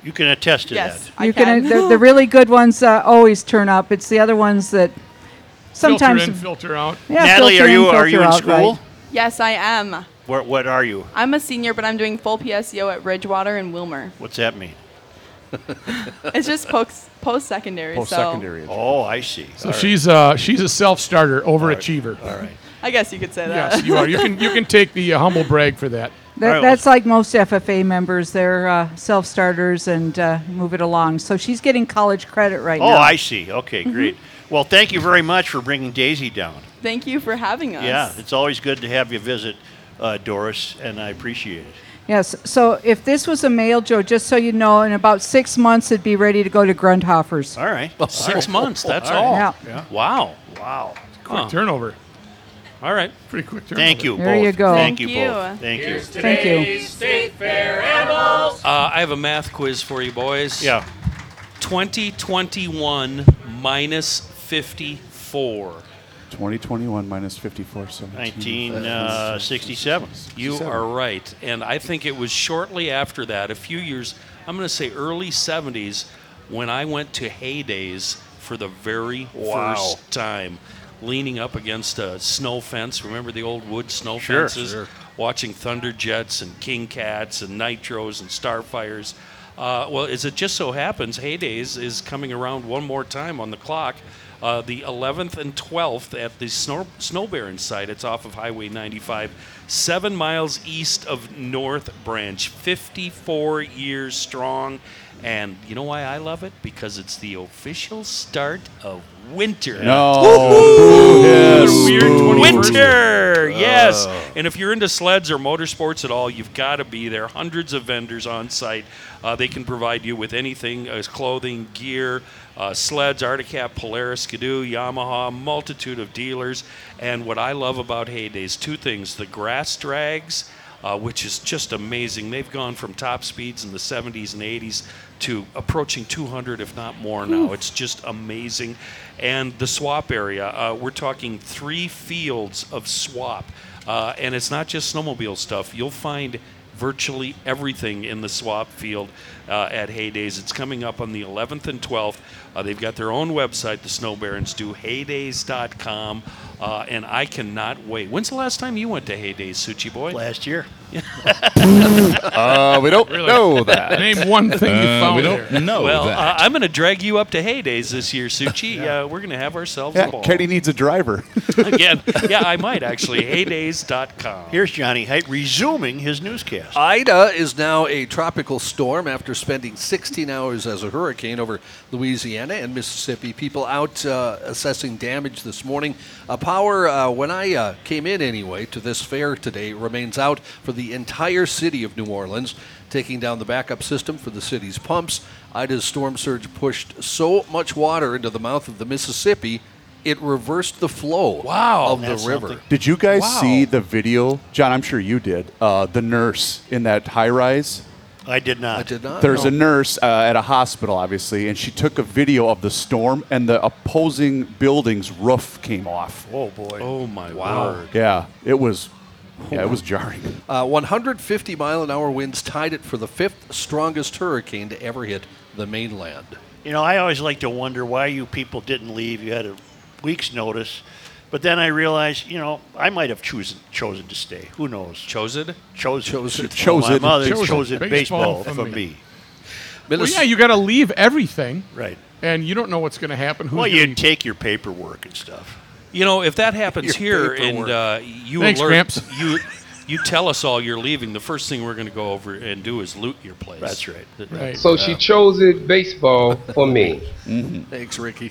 Speaker 1: You can attest to
Speaker 14: Yes,
Speaker 1: that.
Speaker 14: I
Speaker 9: You
Speaker 14: can.
Speaker 9: the, the really good ones uh, always turn up. It's the other ones that sometimes
Speaker 6: filter in, filter out.
Speaker 9: Yeah,
Speaker 1: Natalie,
Speaker 9: filter
Speaker 1: are you
Speaker 9: in,
Speaker 1: are you in
Speaker 9: filter out,
Speaker 1: school?
Speaker 9: right.
Speaker 14: Yes, I am.
Speaker 1: What what are you?
Speaker 14: I'm a senior, but I'm doing full PSEO at Ridgewater and Wilmer.
Speaker 1: What's that mean?
Speaker 14: It's just post post secondary.
Speaker 1: Post-secondary Oh, I see.
Speaker 6: So
Speaker 1: All right.
Speaker 6: she's uh, she's a self starter, overachiever.
Speaker 1: All right.
Speaker 14: So I guess you could say that.
Speaker 6: Yes, you are. You can you can take the uh, humble brag for that.
Speaker 9: That, that's like most FFA members. They're uh, self starters and uh, move it along. So she's getting college credit right
Speaker 1: Oh,
Speaker 9: now.
Speaker 1: I see. Okay,
Speaker 14: Mm-hmm.
Speaker 1: great. Well, thank you very much for bringing Daisy down.
Speaker 14: Thank you for having us.
Speaker 1: Yeah, it's always good to have you visit, uh, Doris, and I appreciate it.
Speaker 9: Yes. So if this was a male, Joe, just so you know, in about six months, it'd be ready to go to Grundhofer's.
Speaker 1: All right.
Speaker 2: Six months. That's all.
Speaker 9: All right.
Speaker 1: Yeah.
Speaker 2: Wow.
Speaker 1: Wow.
Speaker 2: Quick
Speaker 6: turnover.
Speaker 2: All right.
Speaker 6: Pretty quick turnover.
Speaker 1: Thank you
Speaker 9: There
Speaker 1: both.
Speaker 9: you go.
Speaker 1: Thank you
Speaker 9: Thank you.
Speaker 1: both. Thank you.
Speaker 9: Here's Thank you. today's
Speaker 15: State Fair animals.
Speaker 2: Uh, I have a math quiz for you boys.
Speaker 1: Yeah.
Speaker 2: 2021 minus 54.
Speaker 5: 2021 minus 54, 17.
Speaker 2: uh,
Speaker 1: 1967.
Speaker 2: You are right. And I think it was shortly after that, a few years, I'm going to say early 70s, when I went to Haydays for the very
Speaker 1: Wow.
Speaker 2: first time, leaning up against a snow fence. Remember the old wood snow
Speaker 1: Sure.
Speaker 2: fences?
Speaker 1: Sure.
Speaker 2: Watching Thunder Jets and King Cats and Nitros and Starfires. Uh, well, as it just so happens, Haydays is coming around one more time on the clock. Uh, the 11th and 12th at the Snow, Snow Baron site. It's off of Highway 95, seven miles east of North Branch, 54 years strong. And you know why I love it? Because it's the official start of winter.
Speaker 5: No.
Speaker 2: Woo-hoo!
Speaker 5: Yes.
Speaker 2: The weird
Speaker 5: Boo.
Speaker 2: 21st winter.
Speaker 5: Oh.
Speaker 2: Yes. And if you're into sleds or motorsports at all, you've got to be there. Hundreds of vendors on site. Uh, they can provide you with anything as clothing, gear, uh, sleds, Articat, Polaris, Skidoo, Yamaha, multitude of dealers. And what I love about Haydays, two things the grass drags. Uh, which is just amazing. They've gone from top speeds in the 70s and 80s to approaching 200, if not more now. It's just amazing. And the swap area, uh, we're talking three fields of swap. Uh, and it's not just snowmobile stuff. You'll find virtually everything in the swap field uh, at Haydays. It's coming up on the 11th and 12th. Uh, they've got their own website, the Snow Barons do, haydays.com. Uh, and I cannot wait. When's the last time you went to Heyday, Suchi Boy?
Speaker 1: Last year.
Speaker 2: uh,
Speaker 5: we don't know that.
Speaker 2: Name one thing you
Speaker 5: Uh,
Speaker 2: found
Speaker 5: we don't
Speaker 2: there.
Speaker 5: know
Speaker 2: Well,
Speaker 5: that.
Speaker 2: Uh, I'm going to drag you up to Heydays this year, Suchi. uh, we're going to have ourselves
Speaker 5: Yeah,
Speaker 2: a ball.
Speaker 5: Kenny needs a driver.
Speaker 2: Again, yeah, I might actually. Heydays.com.
Speaker 1: Here's Johnny Height resuming his newscast.
Speaker 7: Ida is now a tropical storm after spending 16 hours as a hurricane over Louisiana and Mississippi. People out uh, assessing damage this morning. Uh, power, uh, when I uh, came in anyway to this fair today, remains out for the entire city of New Orleans, taking down the backup system for the city's pumps. Ida's storm surge pushed so much water into the mouth of the Mississippi. It reversed the flow
Speaker 2: wow.
Speaker 7: of the river.
Speaker 5: Did you guys
Speaker 7: Wow.
Speaker 5: see the video, John? I'm sure you did. Uh, the nurse in that high rise.
Speaker 1: I did not. I
Speaker 7: did not.
Speaker 5: There's a nurse uh, at a hospital, obviously, and she took a video of the storm, and the opposing building's roof came off.
Speaker 1: Oh boy.
Speaker 2: Oh my word.
Speaker 5: Yeah, it was. Yeah, it was jarring.
Speaker 7: Uh, 150 mile an hour winds tied it for the fifth strongest hurricane to ever hit the mainland.
Speaker 1: You know, I always like to wonder why you people didn't leave. You had a week's notice. But then I realized, you know, I might have chosen chosen to stay. Who knows?
Speaker 2: Chosen?
Speaker 1: Chosen. Chosen.
Speaker 6: Chosen.
Speaker 1: My mother
Speaker 6: Chosen.
Speaker 1: chosen, baseball,
Speaker 6: Baseball for
Speaker 1: for
Speaker 6: me.
Speaker 1: me.
Speaker 6: Well, yeah, you got to leave everything.
Speaker 1: Right.
Speaker 6: And you don't know what's going to happen. Who's
Speaker 1: well,
Speaker 6: gonna
Speaker 1: you
Speaker 6: be-
Speaker 1: take your paperwork and stuff.
Speaker 2: You know, if that happens
Speaker 1: Your
Speaker 2: here and
Speaker 1: paperwork.
Speaker 2: uh, you
Speaker 6: Thanks,
Speaker 2: alert
Speaker 6: Gramps.
Speaker 2: you you tell us all you're leaving, the first thing we're going to go over and do is loot your place.
Speaker 1: That's right.
Speaker 16: So she chose it baseball for me.
Speaker 7: Thanks, Ricky.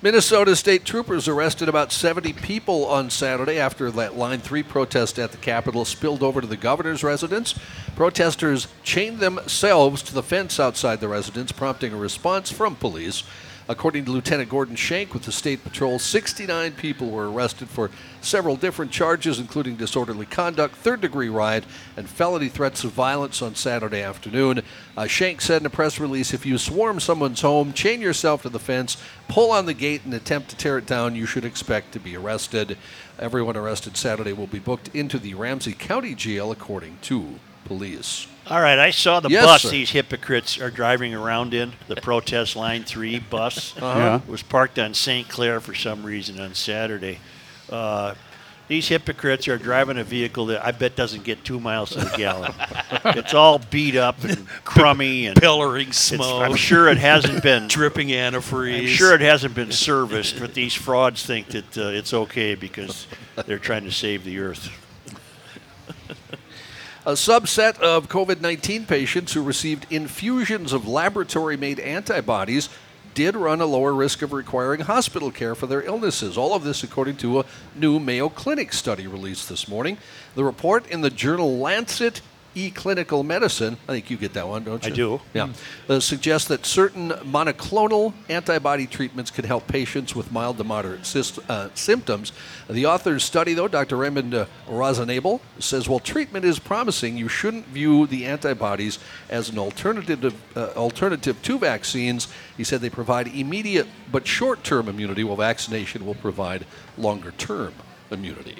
Speaker 7: Minnesota state troopers arrested about 70 people on Saturday after that Line 3 protest at the Capitol spilled over to the governor's residence. Protesters chained themselves to the fence outside the residence, prompting a response from police. According to Lieutenant Gordon Shank with the State Patrol, 69 people were arrested for several different charges, including disorderly conduct, third degree riot, and felony threats of violence on Saturday afternoon. Uh, Shank said in a press release if you swarm someone's home, chain yourself to the fence, pull on the gate, and attempt to tear it down, you should expect to be arrested. Everyone arrested Saturday will be booked into the Ramsey County Jail, according to police.
Speaker 1: All right, I saw the
Speaker 7: Yes,
Speaker 1: bus
Speaker 7: sir.
Speaker 1: these hypocrites are driving around in, the protest line three bus.
Speaker 7: Uh-huh. Yeah.
Speaker 1: It was parked on St. Clair for some reason on Saturday. Uh, these hypocrites are driving a vehicle that I bet doesn't get two miles to the gallon. it's all beat up and crummy and
Speaker 2: Pillaring
Speaker 1: It's-
Speaker 2: smoke.
Speaker 1: I'm sure it hasn't been
Speaker 2: dripping antifreeze.
Speaker 1: I'm sure it hasn't been serviced, but these frauds think that uh, it's okay because they're trying to save the earth.
Speaker 7: A subset of COVID 19 patients who received infusions of laboratory made antibodies did run a lower risk of requiring hospital care for their illnesses. All of this according to a new Mayo Clinic study released this morning. The report in the journal Lancet eClinical Medicine, I think you get that one, don't
Speaker 1: I
Speaker 7: you?
Speaker 1: do. Mm.
Speaker 7: Yeah. Uh, suggests that certain monoclonal antibody treatments can help patients with mild to moderate sys- uh, symptoms. The author's study, though, Dr. Raymond uh, Rosenabel, says while treatment is promising, you shouldn't view the antibodies as an alternative to, uh, alternative to vaccines. He said they provide immediate but short term immunity, while vaccination will provide longer term immunity.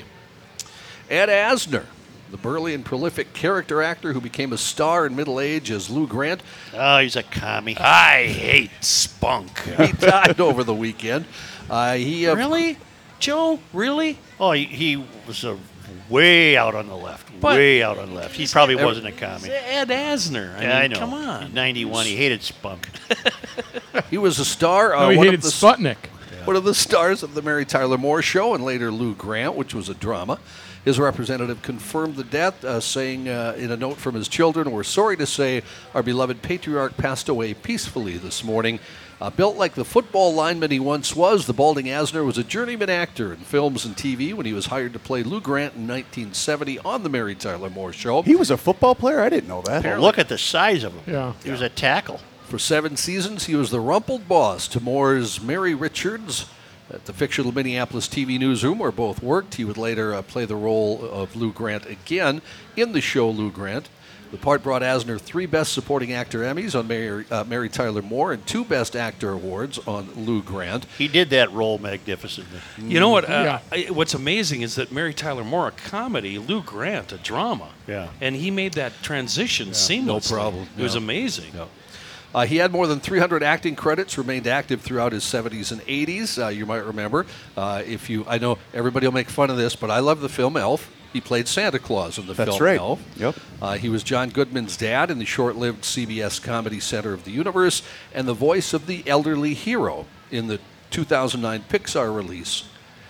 Speaker 7: Ed Asner, the burly and prolific character actor who became a star in middle age as Lou Grant.
Speaker 1: Oh, he's a commie.
Speaker 2: I hate spunk.
Speaker 7: he died over the weekend. Uh, he uh,
Speaker 2: Really? Joe, really?
Speaker 1: Oh, he, he was a way out on the left,
Speaker 2: But-
Speaker 1: way out on the left. He probably
Speaker 2: Every-
Speaker 1: wasn't a commie.
Speaker 2: Ed Asner. I
Speaker 1: yeah,
Speaker 2: mean,
Speaker 1: I know.
Speaker 2: Come on.
Speaker 1: 91, he hated spunk.
Speaker 7: He was a star. Uh,
Speaker 6: No, he
Speaker 7: one
Speaker 6: hated
Speaker 7: of the,
Speaker 6: Sputnik.
Speaker 7: One of the stars of the Mary Tyler Moore Show and later Lou Grant, which was a drama. His representative confirmed the death, uh, saying uh, in a note from his children, We're sorry to say our beloved patriarch passed away peacefully this morning. Uh, built like the football lineman he once was, the balding Asner was a journeyman actor in films and TV when he was hired to play Lou Grant in 1970 on The Mary Tyler Moore Show.
Speaker 5: He was a football player. I didn't know that.
Speaker 7: Apparently.
Speaker 1: look at the size of him.
Speaker 7: Yeah.
Speaker 1: He was a tackle.
Speaker 7: For seven seasons, he was the rumpled boss to Moore's Mary Richards at the fictional Minneapolis TV newsroom where both worked. He would later uh, play the role of Lou Grant again in the show Lou Grant. The part brought Asner three Best Supporting Actor Emmys on Mary, uh, Mary Tyler Moore and two Best Actor Awards on Lou Grant.
Speaker 1: He did that role magnificently.
Speaker 2: You know what? Uh, I- What's amazing is that Mary Tyler Moore, a comedy, Lou Grant, a drama.
Speaker 1: Yeah.
Speaker 2: And he made that transition seamlessly.
Speaker 7: problem,
Speaker 2: It was
Speaker 7: yeah.
Speaker 2: amazing.
Speaker 7: Uh, he had more than 300 acting credits, remained active throughout his 70s and 80s. Uh, you might remember. Uh, if you, I know everybody will make fun of this, but I love the film Elf. He played Santa Claus in the
Speaker 5: That's
Speaker 7: film
Speaker 5: right.
Speaker 7: Elf.
Speaker 5: Yep.
Speaker 7: Uh, he was John Goodman's dad in the short lived CBS comedy Center of the Universe and the voice of the elderly hero in the 2009 Pixar release,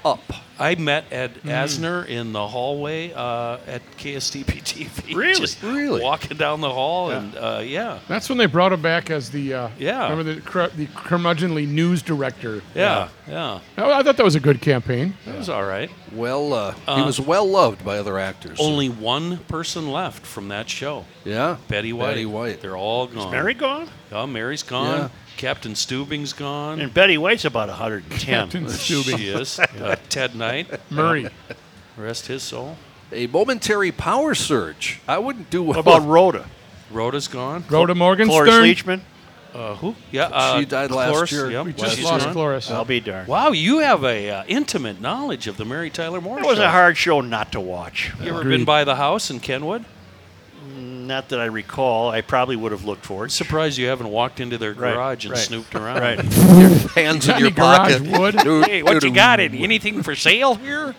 Speaker 7: Up.
Speaker 2: I met Ed
Speaker 7: Mm.
Speaker 2: Asner in the hallway uh, at KSTP TV.
Speaker 7: Really?
Speaker 2: Just Walking down the hall, and uh, yeah.
Speaker 6: That's when they brought him back as the uh,
Speaker 2: Yeah.
Speaker 6: Remember the cr- the curmudgeonly news director.
Speaker 2: Yeah, yeah.
Speaker 6: Oh, I thought that was a good campaign.
Speaker 2: That was all right.
Speaker 7: Well, uh, he
Speaker 2: Uh,
Speaker 7: was well loved by other actors.
Speaker 2: Only one person left from that show.
Speaker 7: Yeah.
Speaker 2: Betty White.
Speaker 7: Betty White.
Speaker 2: They're all gone.
Speaker 1: Mary gone?
Speaker 2: Oh, Mary's gone.
Speaker 1: Yeah.
Speaker 2: Captain Steubing's gone.
Speaker 1: And Betty White's about 110.
Speaker 2: Captain Steubing. She is. Uh, Ted Knight. Rest his soul.
Speaker 7: A momentary power surge. I wouldn't do well.
Speaker 2: about Rhoda? Rhoda's gone.
Speaker 7: Rhoda
Speaker 1: Cloris
Speaker 7: Morgenstern?
Speaker 1: Leachman.
Speaker 2: Uh, who? Yeah,
Speaker 7: She
Speaker 2: uh,
Speaker 7: died last
Speaker 2: Cloris,
Speaker 7: year.
Speaker 2: Yep.
Speaker 7: We just
Speaker 2: She's
Speaker 7: lost
Speaker 2: gone.
Speaker 7: Cloris.
Speaker 1: I'll be darned.
Speaker 2: Wow, you have a uh, intimate knowledge of the Mary Tyler Moore.
Speaker 1: It was
Speaker 2: show.
Speaker 1: a hard show not to watch.
Speaker 2: You ever been by the house in Kenwood?
Speaker 1: Not that I recall. I probably would have looked for it.
Speaker 2: Surprised you haven't walked into their
Speaker 1: Right,
Speaker 2: garage and
Speaker 1: right,
Speaker 2: snooped around.
Speaker 1: right.
Speaker 2: your
Speaker 7: hands in your pocket.
Speaker 2: hey, what you got? Any- Anything for sale here?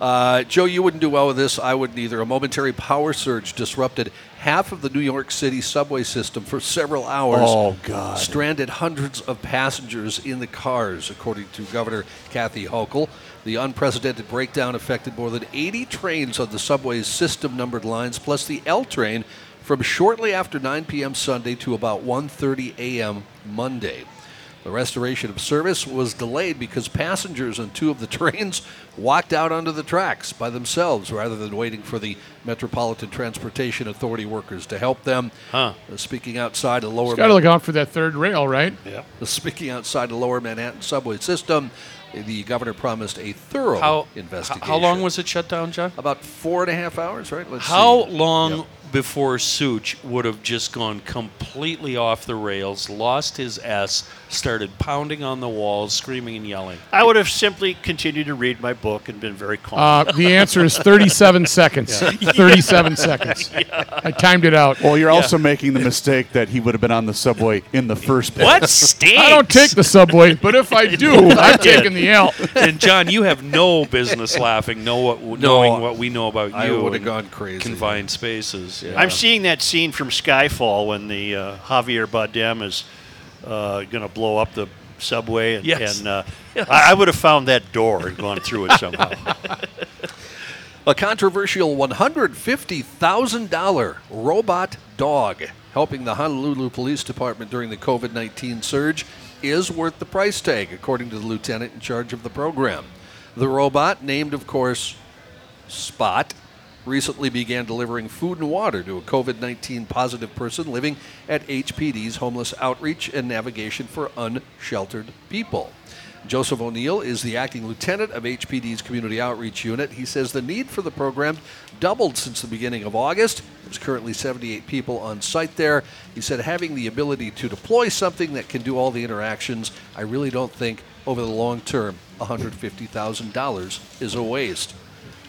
Speaker 7: Uh, Joe, you wouldn't do well with this. I wouldn't either. A momentary power surge disrupted half of the New York City subway system for several hours.
Speaker 5: Oh, God.
Speaker 7: Stranded hundreds of passengers in the cars, according to Governor Kathy Hochul. The unprecedented breakdown affected more than 80 trains on the subway's system numbered lines, plus the L train from shortly after 9 p.m. Sunday to about 1:30 a.m. Monday. The restoration of service was delayed because passengers on two of the trains walked out onto the tracks by themselves rather than waiting for the Metropolitan Transportation Authority workers to help them. Huh. Speaking outside a lower
Speaker 6: Got to look out for that third rail, right?
Speaker 7: yeah. Speaking outside the lower Manhattan subway system, the governor promised a thorough
Speaker 2: How-
Speaker 7: investigation.
Speaker 2: How long was it shut down, John?
Speaker 7: About four and a half hours, right? Let's
Speaker 2: How
Speaker 7: see.
Speaker 2: long before Such would have just gone completely off the rails, lost his S, started pounding on the walls, screaming and yelling?
Speaker 1: I would have simply continued to read my book and been very calm.
Speaker 6: Uh, the answer is 37 seconds.
Speaker 1: Yeah.
Speaker 6: 37
Speaker 1: Yeah.
Speaker 6: seconds. I timed it out.
Speaker 5: Well, you're also making the mistake that he would have been on the subway in the first place.
Speaker 6: I don't take the subway, but if I do, I've taken the L.
Speaker 2: and John, you have no business laughing, know what, knowing what we know about you.
Speaker 7: I would've
Speaker 2: and
Speaker 7: gone crazy.
Speaker 2: Confined spaces.
Speaker 1: I'm seeing that scene from Skyfall when the uh, Javier Bardem is uh, going to blow up the subway, and,
Speaker 2: Yes.
Speaker 1: and uh,
Speaker 2: Yes.
Speaker 1: I, I would have found that door and gone through it somehow.
Speaker 7: A controversial $150,000 robot dog helping the Honolulu Police Department during the COVID 19 surge is worth the price tag, according to the lieutenant in charge of the program. The robot, named of course Spot, recently began delivering food and water to a COVID 19 positive person living at HPD's Homeless Outreach and Navigation for Unsheltered People. Joseph O'Neill is the acting lieutenant of HPD's Community Outreach Unit. He says the need for the program doubled since the beginning of August. There's currently 78 people on site there. He said, having the ability to deploy something that can do all the interactions, I really don't think over the long term $150,000 is a waste.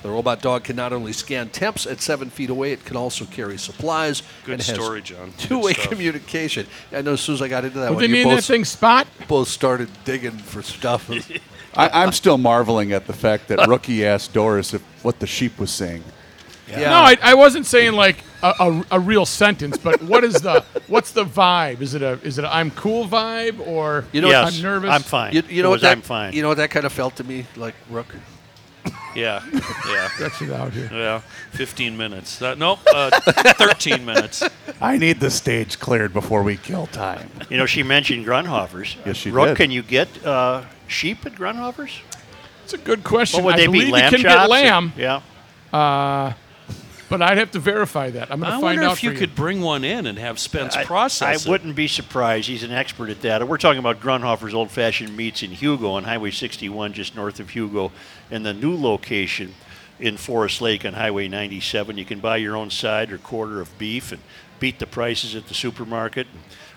Speaker 7: The robot dog can not only scan temps at seven feet away, it can also carry supplies.
Speaker 2: Good
Speaker 7: and
Speaker 2: story,
Speaker 7: storage.
Speaker 2: John. Good
Speaker 7: Two-way
Speaker 2: stuff.
Speaker 7: communication. I know as soon as I got into that
Speaker 6: What
Speaker 7: one,
Speaker 6: they
Speaker 7: you
Speaker 6: name that
Speaker 7: both-
Speaker 6: thing, Spot?
Speaker 7: both started digging for stuff.
Speaker 5: I, I'm still marveling at the fact that Rookie asked Doris if, what the sheep was saying.
Speaker 6: No, I, I wasn't saying like a, a, a real sentence, but what is the what's the vibe? Is it a is it a I'm cool vibe or
Speaker 7: You know,
Speaker 6: I'm nervous?
Speaker 7: You, you know what that, You know what that kind of felt to me like, Rook.
Speaker 2: Yeah, yeah.
Speaker 6: That's it out here.
Speaker 2: Yeah, 15 minutes. Uh, nope, uh, 13 minutes.
Speaker 5: I need the stage cleared before we kill time.
Speaker 1: you know, she mentioned Grunhofer's.
Speaker 5: Yes, she
Speaker 1: Rook,
Speaker 5: did.
Speaker 1: can you get uh, sheep at Grunhofer's?
Speaker 6: It's a good question.
Speaker 1: What would
Speaker 6: I
Speaker 1: they be,
Speaker 6: believe you
Speaker 1: lamb
Speaker 6: can
Speaker 1: chops
Speaker 6: get
Speaker 1: or-
Speaker 6: lamb.
Speaker 1: yeah.
Speaker 6: Uh, but I'd have to verify that. I'm going
Speaker 2: I
Speaker 6: to find
Speaker 2: wonder
Speaker 6: out
Speaker 2: if you,
Speaker 6: for you.
Speaker 2: could bring one in and have Spence
Speaker 1: I-
Speaker 2: process
Speaker 1: I wouldn't be surprised. He's an expert at that. We're talking about Grunhofer's Old Fashioned Meats in Hugo on Highway 61, just north of Hugo, and the new location in Forest Lake on Highway 97. You can buy your own side or quarter of beef and beat the prices at the supermarket.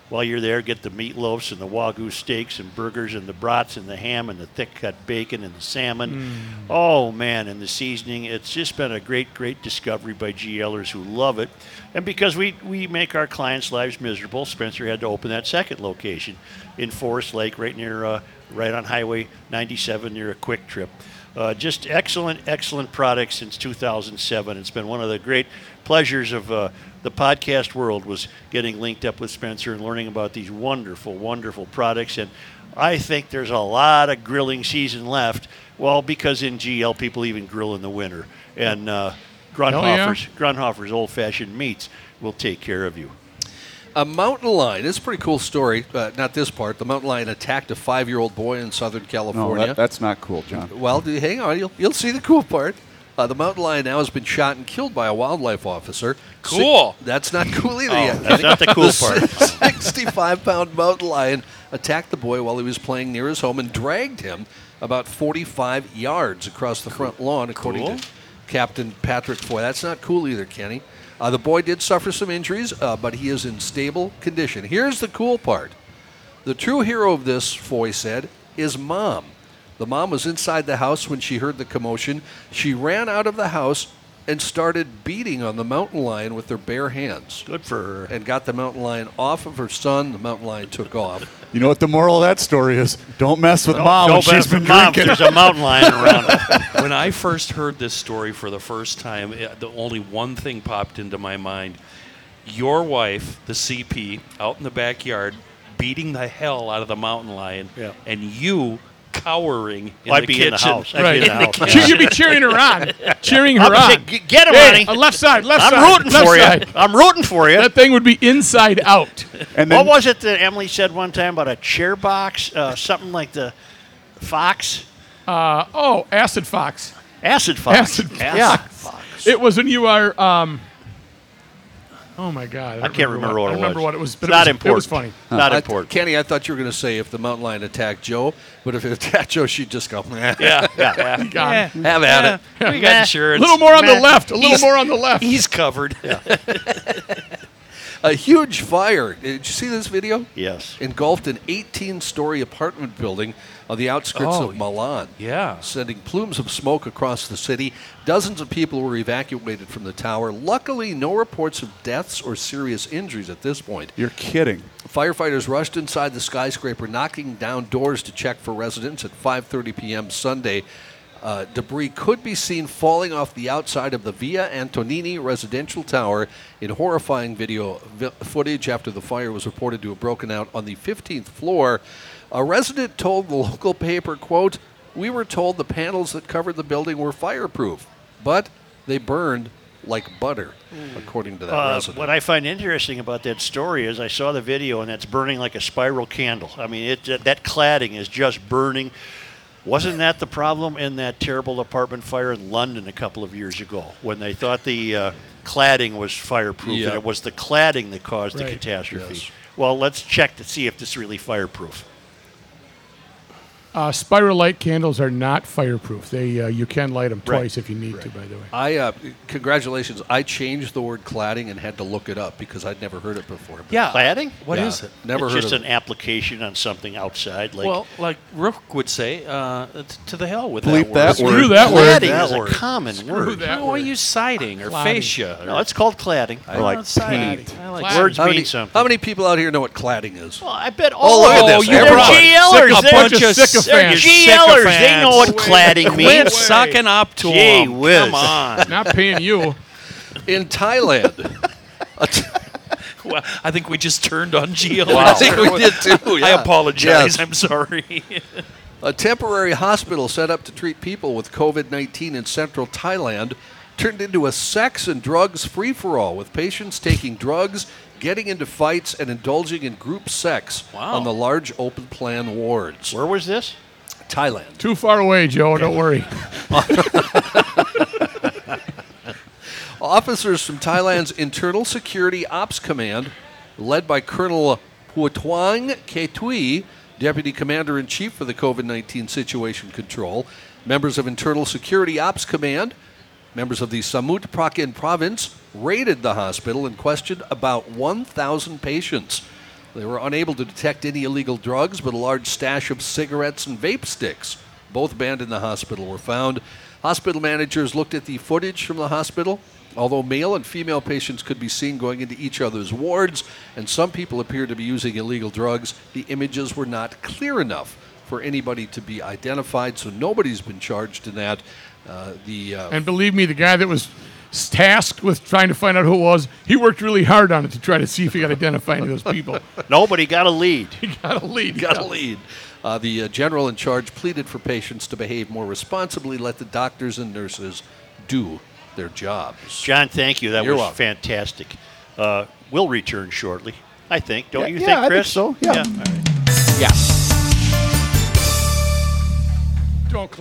Speaker 1: While you're there, get the meatloafs and the wagyu steaks and burgers and the brats and the ham and the thick cut bacon and the
Speaker 3: Mm.
Speaker 1: salmon. Oh man, and the seasoning. It's just been a great, great discovery by GLers who love it. And because we, we make our clients' lives miserable, Spencer had to open that second location in Forest Lake, right near uh, right on Highway 97 near a quick trip. Uh, just excellent, excellent product since 2007. It's been one of the great pleasures of uh, the podcast world was getting linked up with Spencer and learning about these wonderful, wonderful products. And I think there's a lot of grilling season left. Well, because in GL people even grill in the winter, and uh, Grunhofer's Grunhofer's old-fashioned meats will take care of you.
Speaker 7: A mountain lion. It's a pretty cool story. Uh, not this part. The mountain lion attacked a five-year-old boy in Southern
Speaker 5: No,
Speaker 7: California.
Speaker 5: that, that's not cool, John.
Speaker 7: Well, do you hang on. You'll, you'll see the cool part. Uh, the mountain lion now has been shot and killed by a wildlife officer. Si-
Speaker 2: Cool.
Speaker 7: that's not cool either
Speaker 2: Oh,
Speaker 7: yet.
Speaker 2: that's not the cool part.
Speaker 7: 65 pound mountain lion attacked the boy while he was playing near his home and dragged him about 45 yards across the front lawn, according
Speaker 1: Cool.
Speaker 7: to Captain Patrick Foy. That's not cool either, Kenny. Uh, the boy did suffer some injuries, uh, but he is in stable condition. Here's the cool part. The true hero of this, Foy said, is mom. The mom was inside the house when she heard the commotion. She ran out of the house and started beating on the mountain lion with her bare hands.
Speaker 1: Good for her.
Speaker 7: And got the mountain lion off of her son. The mountain lion took off.
Speaker 5: You know what the moral of that story is? Don't mess with mom
Speaker 1: Oh,
Speaker 5: when she's been drinking.
Speaker 2: when I first heard this story for the first time, it, the only one thing popped into my mind: your wife, the CP, out in the backyard, beating the hell out of the mountain lion, and you cowering in
Speaker 1: Well, I'd
Speaker 2: the
Speaker 1: be
Speaker 2: kitchen.
Speaker 1: in the house. I'd be in the house, yeah.
Speaker 6: Che- You'd be cheering her on, cheering her
Speaker 2: I'd
Speaker 6: on.
Speaker 2: say, "G- get 'em, honey."
Speaker 6: Hey, uh, left side, left
Speaker 2: I'm
Speaker 6: side.
Speaker 2: rooting
Speaker 6: left
Speaker 2: for ya.
Speaker 6: side.
Speaker 1: I'm rooting for you.
Speaker 6: That thing would be inside out.
Speaker 1: what was it that Emily said one time about a chair box? Uh, something like the fox.
Speaker 6: Uh, oh, acid fox.
Speaker 1: Acid fox.
Speaker 6: Acid fox.
Speaker 1: Acid
Speaker 6: It was when you are. Um, oh my God!
Speaker 1: I can't remember what
Speaker 6: I
Speaker 1: it
Speaker 6: remember
Speaker 1: was.
Speaker 6: what it was. But
Speaker 1: It's
Speaker 6: it was,
Speaker 1: not
Speaker 6: It was
Speaker 1: important.
Speaker 6: funny.
Speaker 1: Not
Speaker 7: I-
Speaker 1: important.
Speaker 7: Kenny, I thought you were going to say if the mountain lion attacked Joe, but if it attacked Joe, she'd just go, yeah,
Speaker 2: yeah, yeah.
Speaker 7: Have at it.
Speaker 2: We got insurance.
Speaker 7: A little more on the left. A
Speaker 6: little more on the left.
Speaker 2: He's covered.
Speaker 7: A huge fire. Uh, Did you see this video?
Speaker 1: Yes.
Speaker 7: Engulfed an 18 story apartment building on the outskirts
Speaker 2: Oh,
Speaker 7: of Milan.
Speaker 2: Yeah.
Speaker 7: Sending plumes of smoke across the city. Dozens of people were evacuated from the tower. Luckily, no reports of deaths or serious injuries at this point.
Speaker 5: You're kidding.
Speaker 7: Firefighters rushed inside the skyscraper, knocking down doors to check for residents at 5:30 p.m. Sunday. Uh, debris could be seen falling off the outside of the Via Antonini residential tower in horrifying video vi- footage after the fire was reported to have broken out on the 15th floor. A resident told the local paper, quote, "We were told the panels that covered the building were fireproof, but they burned like butter," according to that
Speaker 1: Uh,
Speaker 7: resident.
Speaker 1: what I find interesting about that story is I saw the video and that's burning like a spiral candle. I mean, it that, that cladding is just burning. Wasn't that the problem in that terrible apartment fire in London a couple of years ago when they thought the uh, cladding was fireproof
Speaker 7: Yeah.
Speaker 1: and it was the cladding that caused the
Speaker 7: Right.
Speaker 1: catastrophe?
Speaker 7: Yes.
Speaker 1: Well, let's check to see if this is really fireproof.
Speaker 6: Uh, spiral light candles are not fireproof. They uh, you can light them
Speaker 7: Right.
Speaker 6: twice if you need to. By the way.
Speaker 7: I uh, congratulations. I changed the word cladding and had to look it up because I'd never heard it before. But-
Speaker 1: cladding. What
Speaker 7: What
Speaker 1: is
Speaker 7: Yeah, is it? never
Speaker 1: it's
Speaker 7: heard
Speaker 1: just
Speaker 7: of
Speaker 1: an application on something outside, like
Speaker 2: well, like Rook would say, uh, t- to the hell with that
Speaker 1: Bleep
Speaker 2: word.
Speaker 1: that Screw word. that
Speaker 2: Cladding
Speaker 1: word.
Speaker 2: is
Speaker 1: That
Speaker 2: a
Speaker 1: word.
Speaker 2: common
Speaker 1: Screw
Speaker 2: word.
Speaker 1: that
Speaker 2: Who are you citing or
Speaker 1: Cladding.
Speaker 2: fascia?
Speaker 1: No, it's called cladding.
Speaker 7: I
Speaker 1: Or like
Speaker 2: citing.
Speaker 7: paint.
Speaker 2: I like
Speaker 1: Words
Speaker 7: how
Speaker 1: mean
Speaker 7: many,
Speaker 1: something.
Speaker 7: How many people out here know what cladding is?
Speaker 1: Well, I bet
Speaker 7: Oh,
Speaker 1: all
Speaker 7: look
Speaker 1: of
Speaker 7: at
Speaker 1: them.
Speaker 7: this.
Speaker 1: They're
Speaker 7: Everybody.
Speaker 1: GLers.
Speaker 7: Sick- a
Speaker 1: They're
Speaker 7: bunch of
Speaker 1: just- they're
Speaker 7: sycophants.
Speaker 1: GLers. They know what cladding means.
Speaker 2: Quit sucking up to
Speaker 1: Gee
Speaker 2: them.
Speaker 1: Whiz.
Speaker 2: Come on.
Speaker 6: Not paying you.
Speaker 7: In Thailand.
Speaker 2: Well, I think we just turned on GL.
Speaker 7: I think we did too.
Speaker 2: I
Speaker 7: yeah.
Speaker 2: apologize.
Speaker 7: Yes.
Speaker 2: I'm sorry.
Speaker 7: A temporary hospital set up to treat people with COVID 19 in central Thailand turned into a sex and drugs free for all, with patients taking drugs, getting into fights, and indulging in group sex on the large open plan wards.
Speaker 1: Where was this?
Speaker 7: Thailand.
Speaker 6: Too far away, Joe. Don't worry.
Speaker 7: Officers from Thailand's Internal Security Ops Command, led by Colonel Puatwang Ketui, Deputy Commander in Chief for the COVID 19 Situation Control, members of Internal Security Ops Command, members of the Samut Prakin province, raided the hospital and questioned about 1,000 patients. They were unable to detect any illegal drugs, but a large stash of cigarettes and vape sticks, both banned in the hospital, were found. Hospital managers looked at the footage from the hospital. Although male and female patients could be seen going into each other's wards, and some people appeared to be using illegal drugs, the images were not clear enough for anybody to be identified, so nobody's been charged in that. Uh, the uh,
Speaker 6: And believe me, the guy that was s- tasked with trying to find out who it was, he worked really hard on it to try to see if he could identify any of those people.
Speaker 1: Nobody got a lead.
Speaker 6: got a lead.
Speaker 7: Got a
Speaker 6: yeah.
Speaker 7: lead. Uh, the uh, general in charge pleaded for patients to behave more responsibly, let the doctors and nurses do their jobs.
Speaker 1: John, thank you. That
Speaker 7: You're
Speaker 1: was
Speaker 7: welcome.
Speaker 1: fantastic. Uh, we'll return shortly, I think. Don't
Speaker 5: Yeah,
Speaker 1: you
Speaker 5: yeah, I
Speaker 1: think,
Speaker 5: think
Speaker 1: Chris?
Speaker 5: so, yeah.
Speaker 1: all right.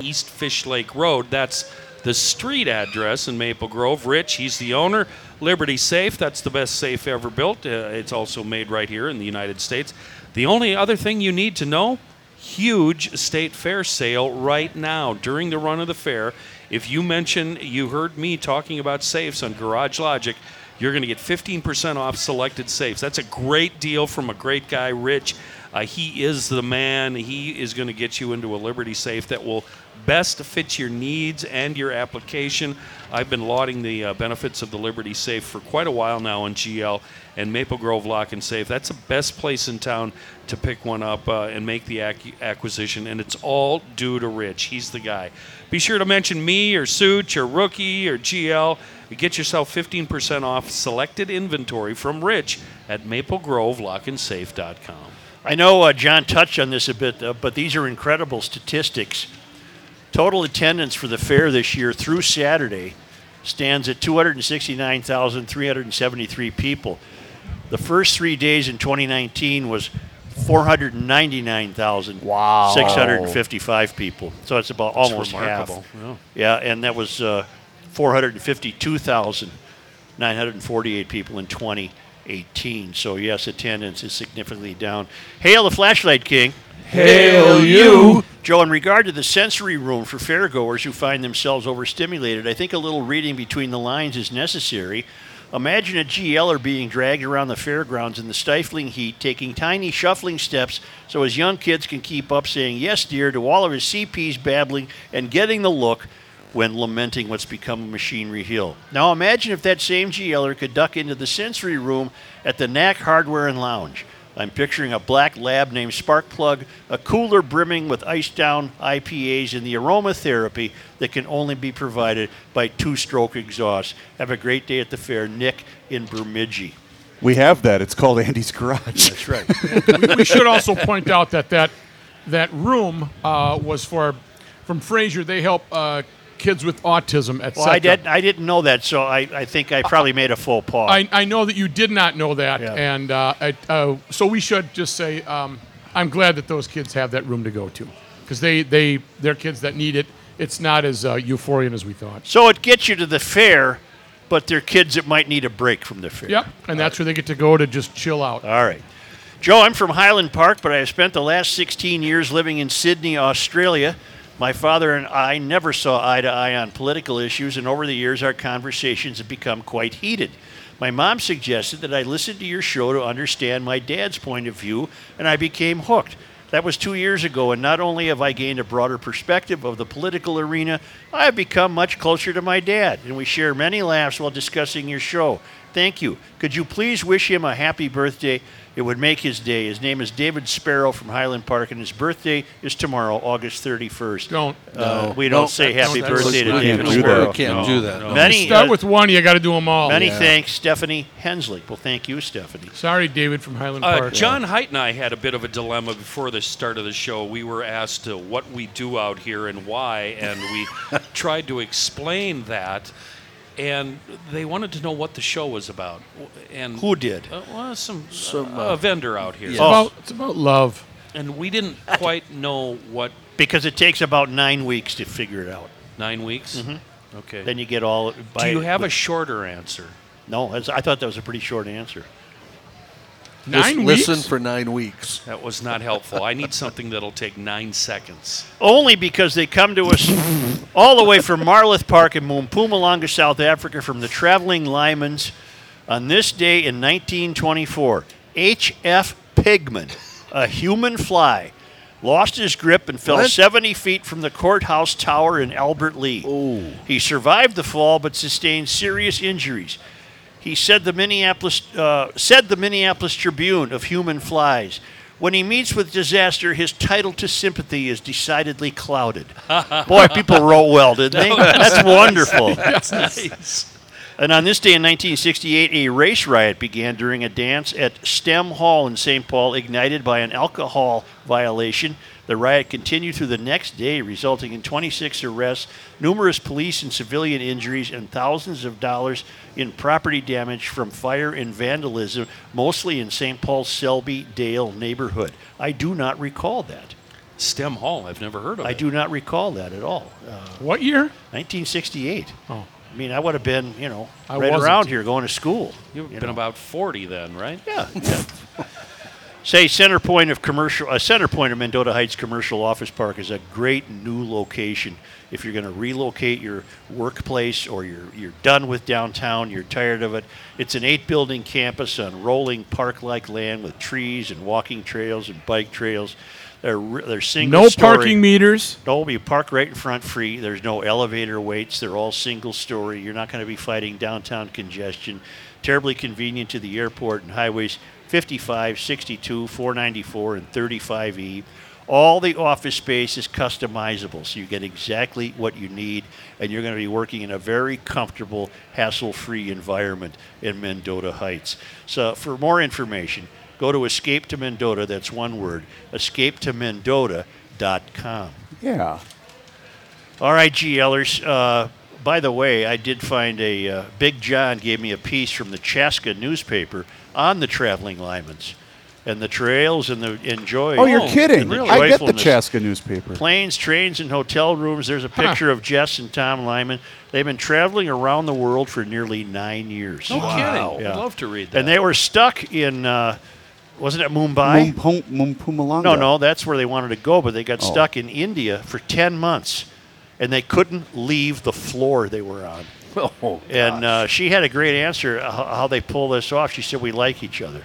Speaker 2: East Fish Lake Road. That's the street address in Maple Grove. Rich, he's the owner. Liberty Safe, that's the best safe ever built. Uh, it's also made right here in the United States. The only other thing you need to know huge state fair sale right now during the run of the fair. If you mention you heard me talking about safes on Garage Logic, you're going to get 15% off selected safes. That's a great deal from a great guy, Rich. Uh, he is the man. He is going to get you into a Liberty safe that will best fit your needs and your application. I've been lauding the uh, benefits of the Liberty safe for quite a while now in GL and Maple Grove Lock and Safe. That's the best place in town to pick one up uh, and make the ac- acquisition, and it's all due to Rich. He's the guy. Be sure to mention me or Such or Rookie or GL. Get yourself 15% off selected inventory from Rich at maplegrovelockandsafe.com.
Speaker 1: I know uh, John touched on this a bit, uh, but these are incredible statistics. Total attendance for the fair this year through Saturday stands at 269,373 people. The first three days in 2019 was 499,655 people. So it's about
Speaker 2: That's
Speaker 1: almost
Speaker 2: remarkable, yeah.
Speaker 1: half. Yeah, and that was uh, 452,948 people in 2018. So, yes, attendance is significantly down. Hail the Flashlight King.
Speaker 15: Hail you.
Speaker 1: Joe, in regard to the sensory room for fairgoers who find themselves overstimulated, I think a little reading between the lines is necessary. Imagine a GLer being dragged around the fairgrounds in the stifling heat, taking tiny shuffling steps so his young kids can keep up saying yes, dear, to all of his CPs babbling and getting the look when lamenting what's become a machinery hill. Now imagine if that same GLer could duck into the sensory room at the Knack Hardware and Lounge. I'm picturing a black lab named Sparkplug, a cooler brimming with iced down IPAs and the aromatherapy that can only be provided by two stroke exhaust. Have a great day at the fair, Nick in Bemidji.
Speaker 5: We have that. It's called Andy's Garage.
Speaker 1: That's right.
Speaker 6: we, we should also point out that that, that room uh, was for from Fraser. They help uh, kids with autism, etc.
Speaker 1: Well, I, did, I didn't know that, so I, I think I probably made a faux pas.
Speaker 6: I, I know that you did not know that,
Speaker 1: Yeah.
Speaker 6: and uh, I, uh, so we should just say um, I'm glad that those kids have that room to go to because they they they're kids that need it. It's not as uh, euphorian as we thought.
Speaker 1: so it gets you to the fair, but they're kids that might need a break from the fair.
Speaker 6: Yep, and that's where they get to go to just chill out.
Speaker 1: All right. Joe, I'm from Highland Park, but I have spent the last 16 years living in Sydney, Australia. My father and I never saw eye to eye on political issues, and over the years, our conversations have become quite heated. My mom suggested that I listen to your show to understand my dad's point of view, and I became hooked. That was two years ago, and not only have I gained a broader perspective of the political arena, I have become much closer to my dad, and we share many laughs while discussing your show. Thank you. Could you please wish him a happy birthday? It would make his day. His name is David Sparrow from Highland Park, and his birthday is tomorrow, August 31st.
Speaker 6: Don't.
Speaker 1: Uh,
Speaker 6: No.
Speaker 1: we don't
Speaker 6: No,
Speaker 1: say
Speaker 6: that's-
Speaker 1: happy
Speaker 6: that's-
Speaker 1: birthday to
Speaker 6: let's not
Speaker 1: David
Speaker 6: do that.
Speaker 1: Sparrow.
Speaker 6: We can't do that. No.
Speaker 1: Many,
Speaker 6: You start with one, you gotta do 'em all.
Speaker 1: Many
Speaker 6: Yeah.
Speaker 1: thanks, Stephanie Hensley. Well, thank you, Stephanie.
Speaker 6: Sorry, David from Highland
Speaker 2: Uh,
Speaker 6: Park.
Speaker 2: John Height and I had a bit of a dilemma before the start of the show. We were asked uh, what we do out here and why, and we tried to explain that. And they wanted to know what the show was about. And
Speaker 1: Who did?
Speaker 2: Uh, well, some,
Speaker 1: Some,
Speaker 2: uh,
Speaker 1: uh,
Speaker 2: a vendor out here.
Speaker 6: It's, about, it's about love.
Speaker 2: And we didn't quite know what
Speaker 1: Because it takes about nine weeks to figure it out.
Speaker 2: nine weeks.
Speaker 1: Mhm.
Speaker 2: Okay.
Speaker 1: Then you get all.
Speaker 2: do
Speaker 1: by-
Speaker 2: you have a shorter answer?
Speaker 1: No, that's- I thought that was a pretty short answer.
Speaker 7: Just listen for nine weeks.
Speaker 2: That was not helpful. I need something that'll take nine seconds.
Speaker 1: only because they come to us all the way from Marloth Park in Mpumalanga, South Africa, from the traveling Lymans on this day in 1924. H.F. pigman, a human fly, lost his grip and fell
Speaker 7: What?
Speaker 1: 70 feet from the courthouse tower in Albert Lee. He survived the fall but sustained serious injuries. He said the Minneapolis uh, said the Minneapolis Tribune of human flies. When he meets with disaster, his title to sympathy is decidedly clouded. Boy, people wrote well, didn't they?
Speaker 15: That was nice.
Speaker 1: That's wonderful.
Speaker 15: That's nice.
Speaker 1: And on this day in 1968, a race riot began during a dance at STEM Hall in St. Paul, ignited by an alcohol violation. The riot continued through the next day, resulting in 26 arrests, numerous police and civilian injuries, and thousands of dollars in property damage from fire and vandalism, mostly in St. Paul's Selby Dale neighborhood. I do not recall that.
Speaker 2: STEM Hall, I've never heard of
Speaker 1: I
Speaker 2: it.
Speaker 1: do not recall that at all.
Speaker 6: what year?
Speaker 1: 1968. Oh. I mean, I would have been, you know,
Speaker 2: I
Speaker 1: right
Speaker 2: wasn't.
Speaker 1: around here going to school.
Speaker 2: You've
Speaker 1: you
Speaker 2: been
Speaker 1: know.
Speaker 2: about 40 then, right?
Speaker 1: Yeah. Say center point of commercial, uh, center point of Mendota Heights Commercial Office Park is a great new location. If you're going to relocate your workplace or you're you're done with downtown, you're tired of it. It's an eight-building campus on rolling park-like land with trees and walking trails and bike trails. They're re- they're single.
Speaker 6: No parking meters.
Speaker 1: No, you park right in front free. There's no elevator waits. They're all single story. You're not going to be fighting downtown congestion. Terribly convenient to the airport and highways 55, 62, 494, and 35E. All the office space is customizable, so you get exactly what you need, and you're going to be working in a very comfortable, hassle free environment in Mendota Heights. So, for more information, go to escape to Mendota, that's one word, escape to Mendota.com.
Speaker 5: Yeah.
Speaker 1: All right, GLers. Uh, by the way, I did find a uh, Big John gave me a piece from the Chaska newspaper on the traveling Lyman's and the trails and the enjoy.
Speaker 5: Oh, you're
Speaker 1: and
Speaker 5: kidding.
Speaker 1: the
Speaker 5: I get the
Speaker 1: joyfulness.
Speaker 5: Chaska newspaper.
Speaker 1: Planes, trains, and hotel rooms. There's a
Speaker 5: Huh.
Speaker 1: picture of Jess and Tom Lyman. They've been traveling around the world for nearly nine years.
Speaker 2: No Wow. kidding. I'd love to read
Speaker 1: And they were stuck in, uh, wasn't it Mumbai?
Speaker 5: Mum- Mum- Mpumalanga.
Speaker 1: No, no, that's where they wanted to go, but they got
Speaker 5: Oh.
Speaker 1: stuck in India for 10 months and they couldn't leave the floor they were on.
Speaker 7: Oh,
Speaker 1: and uh, she had a great answer uh, h- how they pull this off. She said, We like each other.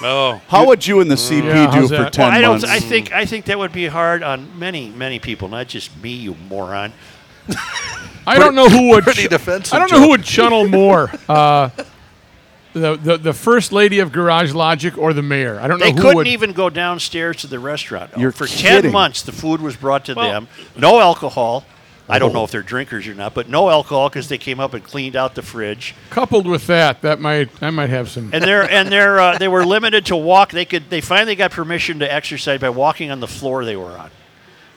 Speaker 2: Oh.
Speaker 5: How would you and the CP do for 10
Speaker 1: Well, I don't,
Speaker 5: months?
Speaker 1: I think I think that would be hard on many many people, not just me, you moron.
Speaker 6: I don't know who would.
Speaker 1: Pretty
Speaker 6: chu-
Speaker 1: defensive
Speaker 6: I don't know who
Speaker 1: joke.
Speaker 6: would channel more. Uh, the, the the first lady of Garage Logic or the mayor. I don't
Speaker 1: They
Speaker 6: know who
Speaker 1: couldn't
Speaker 6: would.
Speaker 1: even go downstairs to the restaurant. Oh,
Speaker 6: You're
Speaker 1: for
Speaker 6: kidding.
Speaker 1: ten months, the food was brought to
Speaker 6: Well-
Speaker 1: them. No alcohol. I don't
Speaker 6: Oh.
Speaker 1: know if they're drinkers or not, but no alcohol because they came up and cleaned out the fridge.
Speaker 6: Coupled with that, that might I might have some.
Speaker 1: e-, And they're and they're uh, they were limited to walk. They could they finally got permission to exercise by walking on the floor they were on,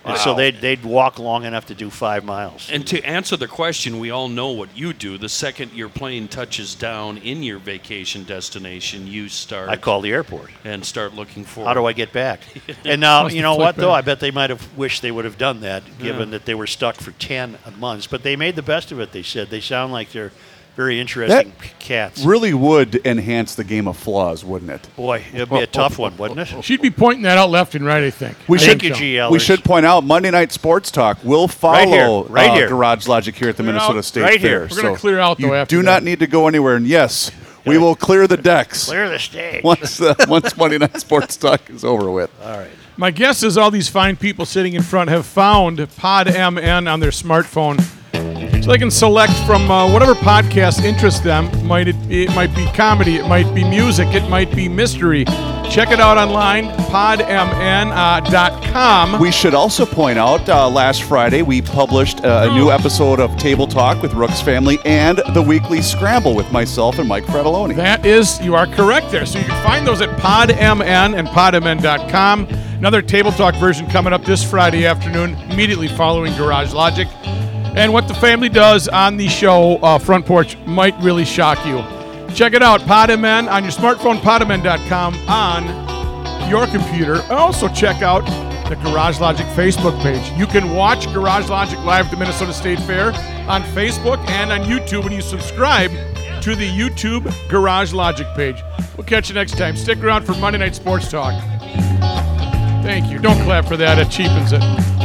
Speaker 1: and so
Speaker 2: Wow.
Speaker 1: they'd they'd walk long enough to do five miles.
Speaker 2: And to answer the question, we all know what you do. The second your plane touches down in your vacation destination, you start.
Speaker 1: I call the airport
Speaker 2: and start looking for.
Speaker 1: How do I get back? And now
Speaker 2: Must
Speaker 1: you know
Speaker 2: flip
Speaker 1: what though?
Speaker 2: back.
Speaker 1: I bet they might have wished they would have done that, given
Speaker 2: Yeah.
Speaker 1: that they were stuck for ten months. But they made the best of it. They said they sound like they're very
Speaker 5: that
Speaker 1: interesting cats.
Speaker 5: really would enhance the game of flaws, wouldn't it?
Speaker 1: Boy, it'd be a tough one, wouldn't
Speaker 2: Oh,
Speaker 1: it?
Speaker 6: She'd be pointing that out left and right. I think.
Speaker 5: We
Speaker 6: I
Speaker 5: should,
Speaker 6: think so.
Speaker 5: we should point out Monday Night Sports Talk will follow
Speaker 6: Right here, right
Speaker 5: uh,
Speaker 6: here.
Speaker 5: Garage Logic here at the
Speaker 6: Clear
Speaker 5: Minnesota
Speaker 6: out-
Speaker 5: State
Speaker 6: right
Speaker 5: Fair.
Speaker 6: here. We're gonna clear out, though,
Speaker 5: You
Speaker 6: after
Speaker 5: do not need to go anywhere. And yes, we will clear the decks.
Speaker 1: Clear the stage.
Speaker 5: once uh, once Monday Night Sports Talk is over with.
Speaker 1: All right.
Speaker 6: My guess is all these fine people sitting in front have found Pod MN on their smartphone, so they can select from uh, whatever podcast interests them. Might it, it might be comedy, it might be music, it might be mystery. Check it out online, uh, podmn.com.
Speaker 5: We should also point out uh, last Friday we published uh, a new episode of Table Talk with Rook's family and the weekly Scramble with myself and Mike Fratelloni.
Speaker 6: That is, you are correct there. So you can find those at podmn and podmn.com. Another Table Talk version coming up this Friday afternoon, immediately following Garage Logic. And what the family does on the show, uh, Front Porch, might really shock you. Check it out, PodMN, on your smartphone, podmn.com, on your computer. And also check out the Garage Logic Facebook page. You can watch Garage Logic live at the Minnesota State Fair on Facebook and on YouTube when you subscribe to the YouTube Garage Logic page. We'll catch you next time. Stick around for Monday Night Sports Talk. Thank you. Don't clap for that. It cheapens it.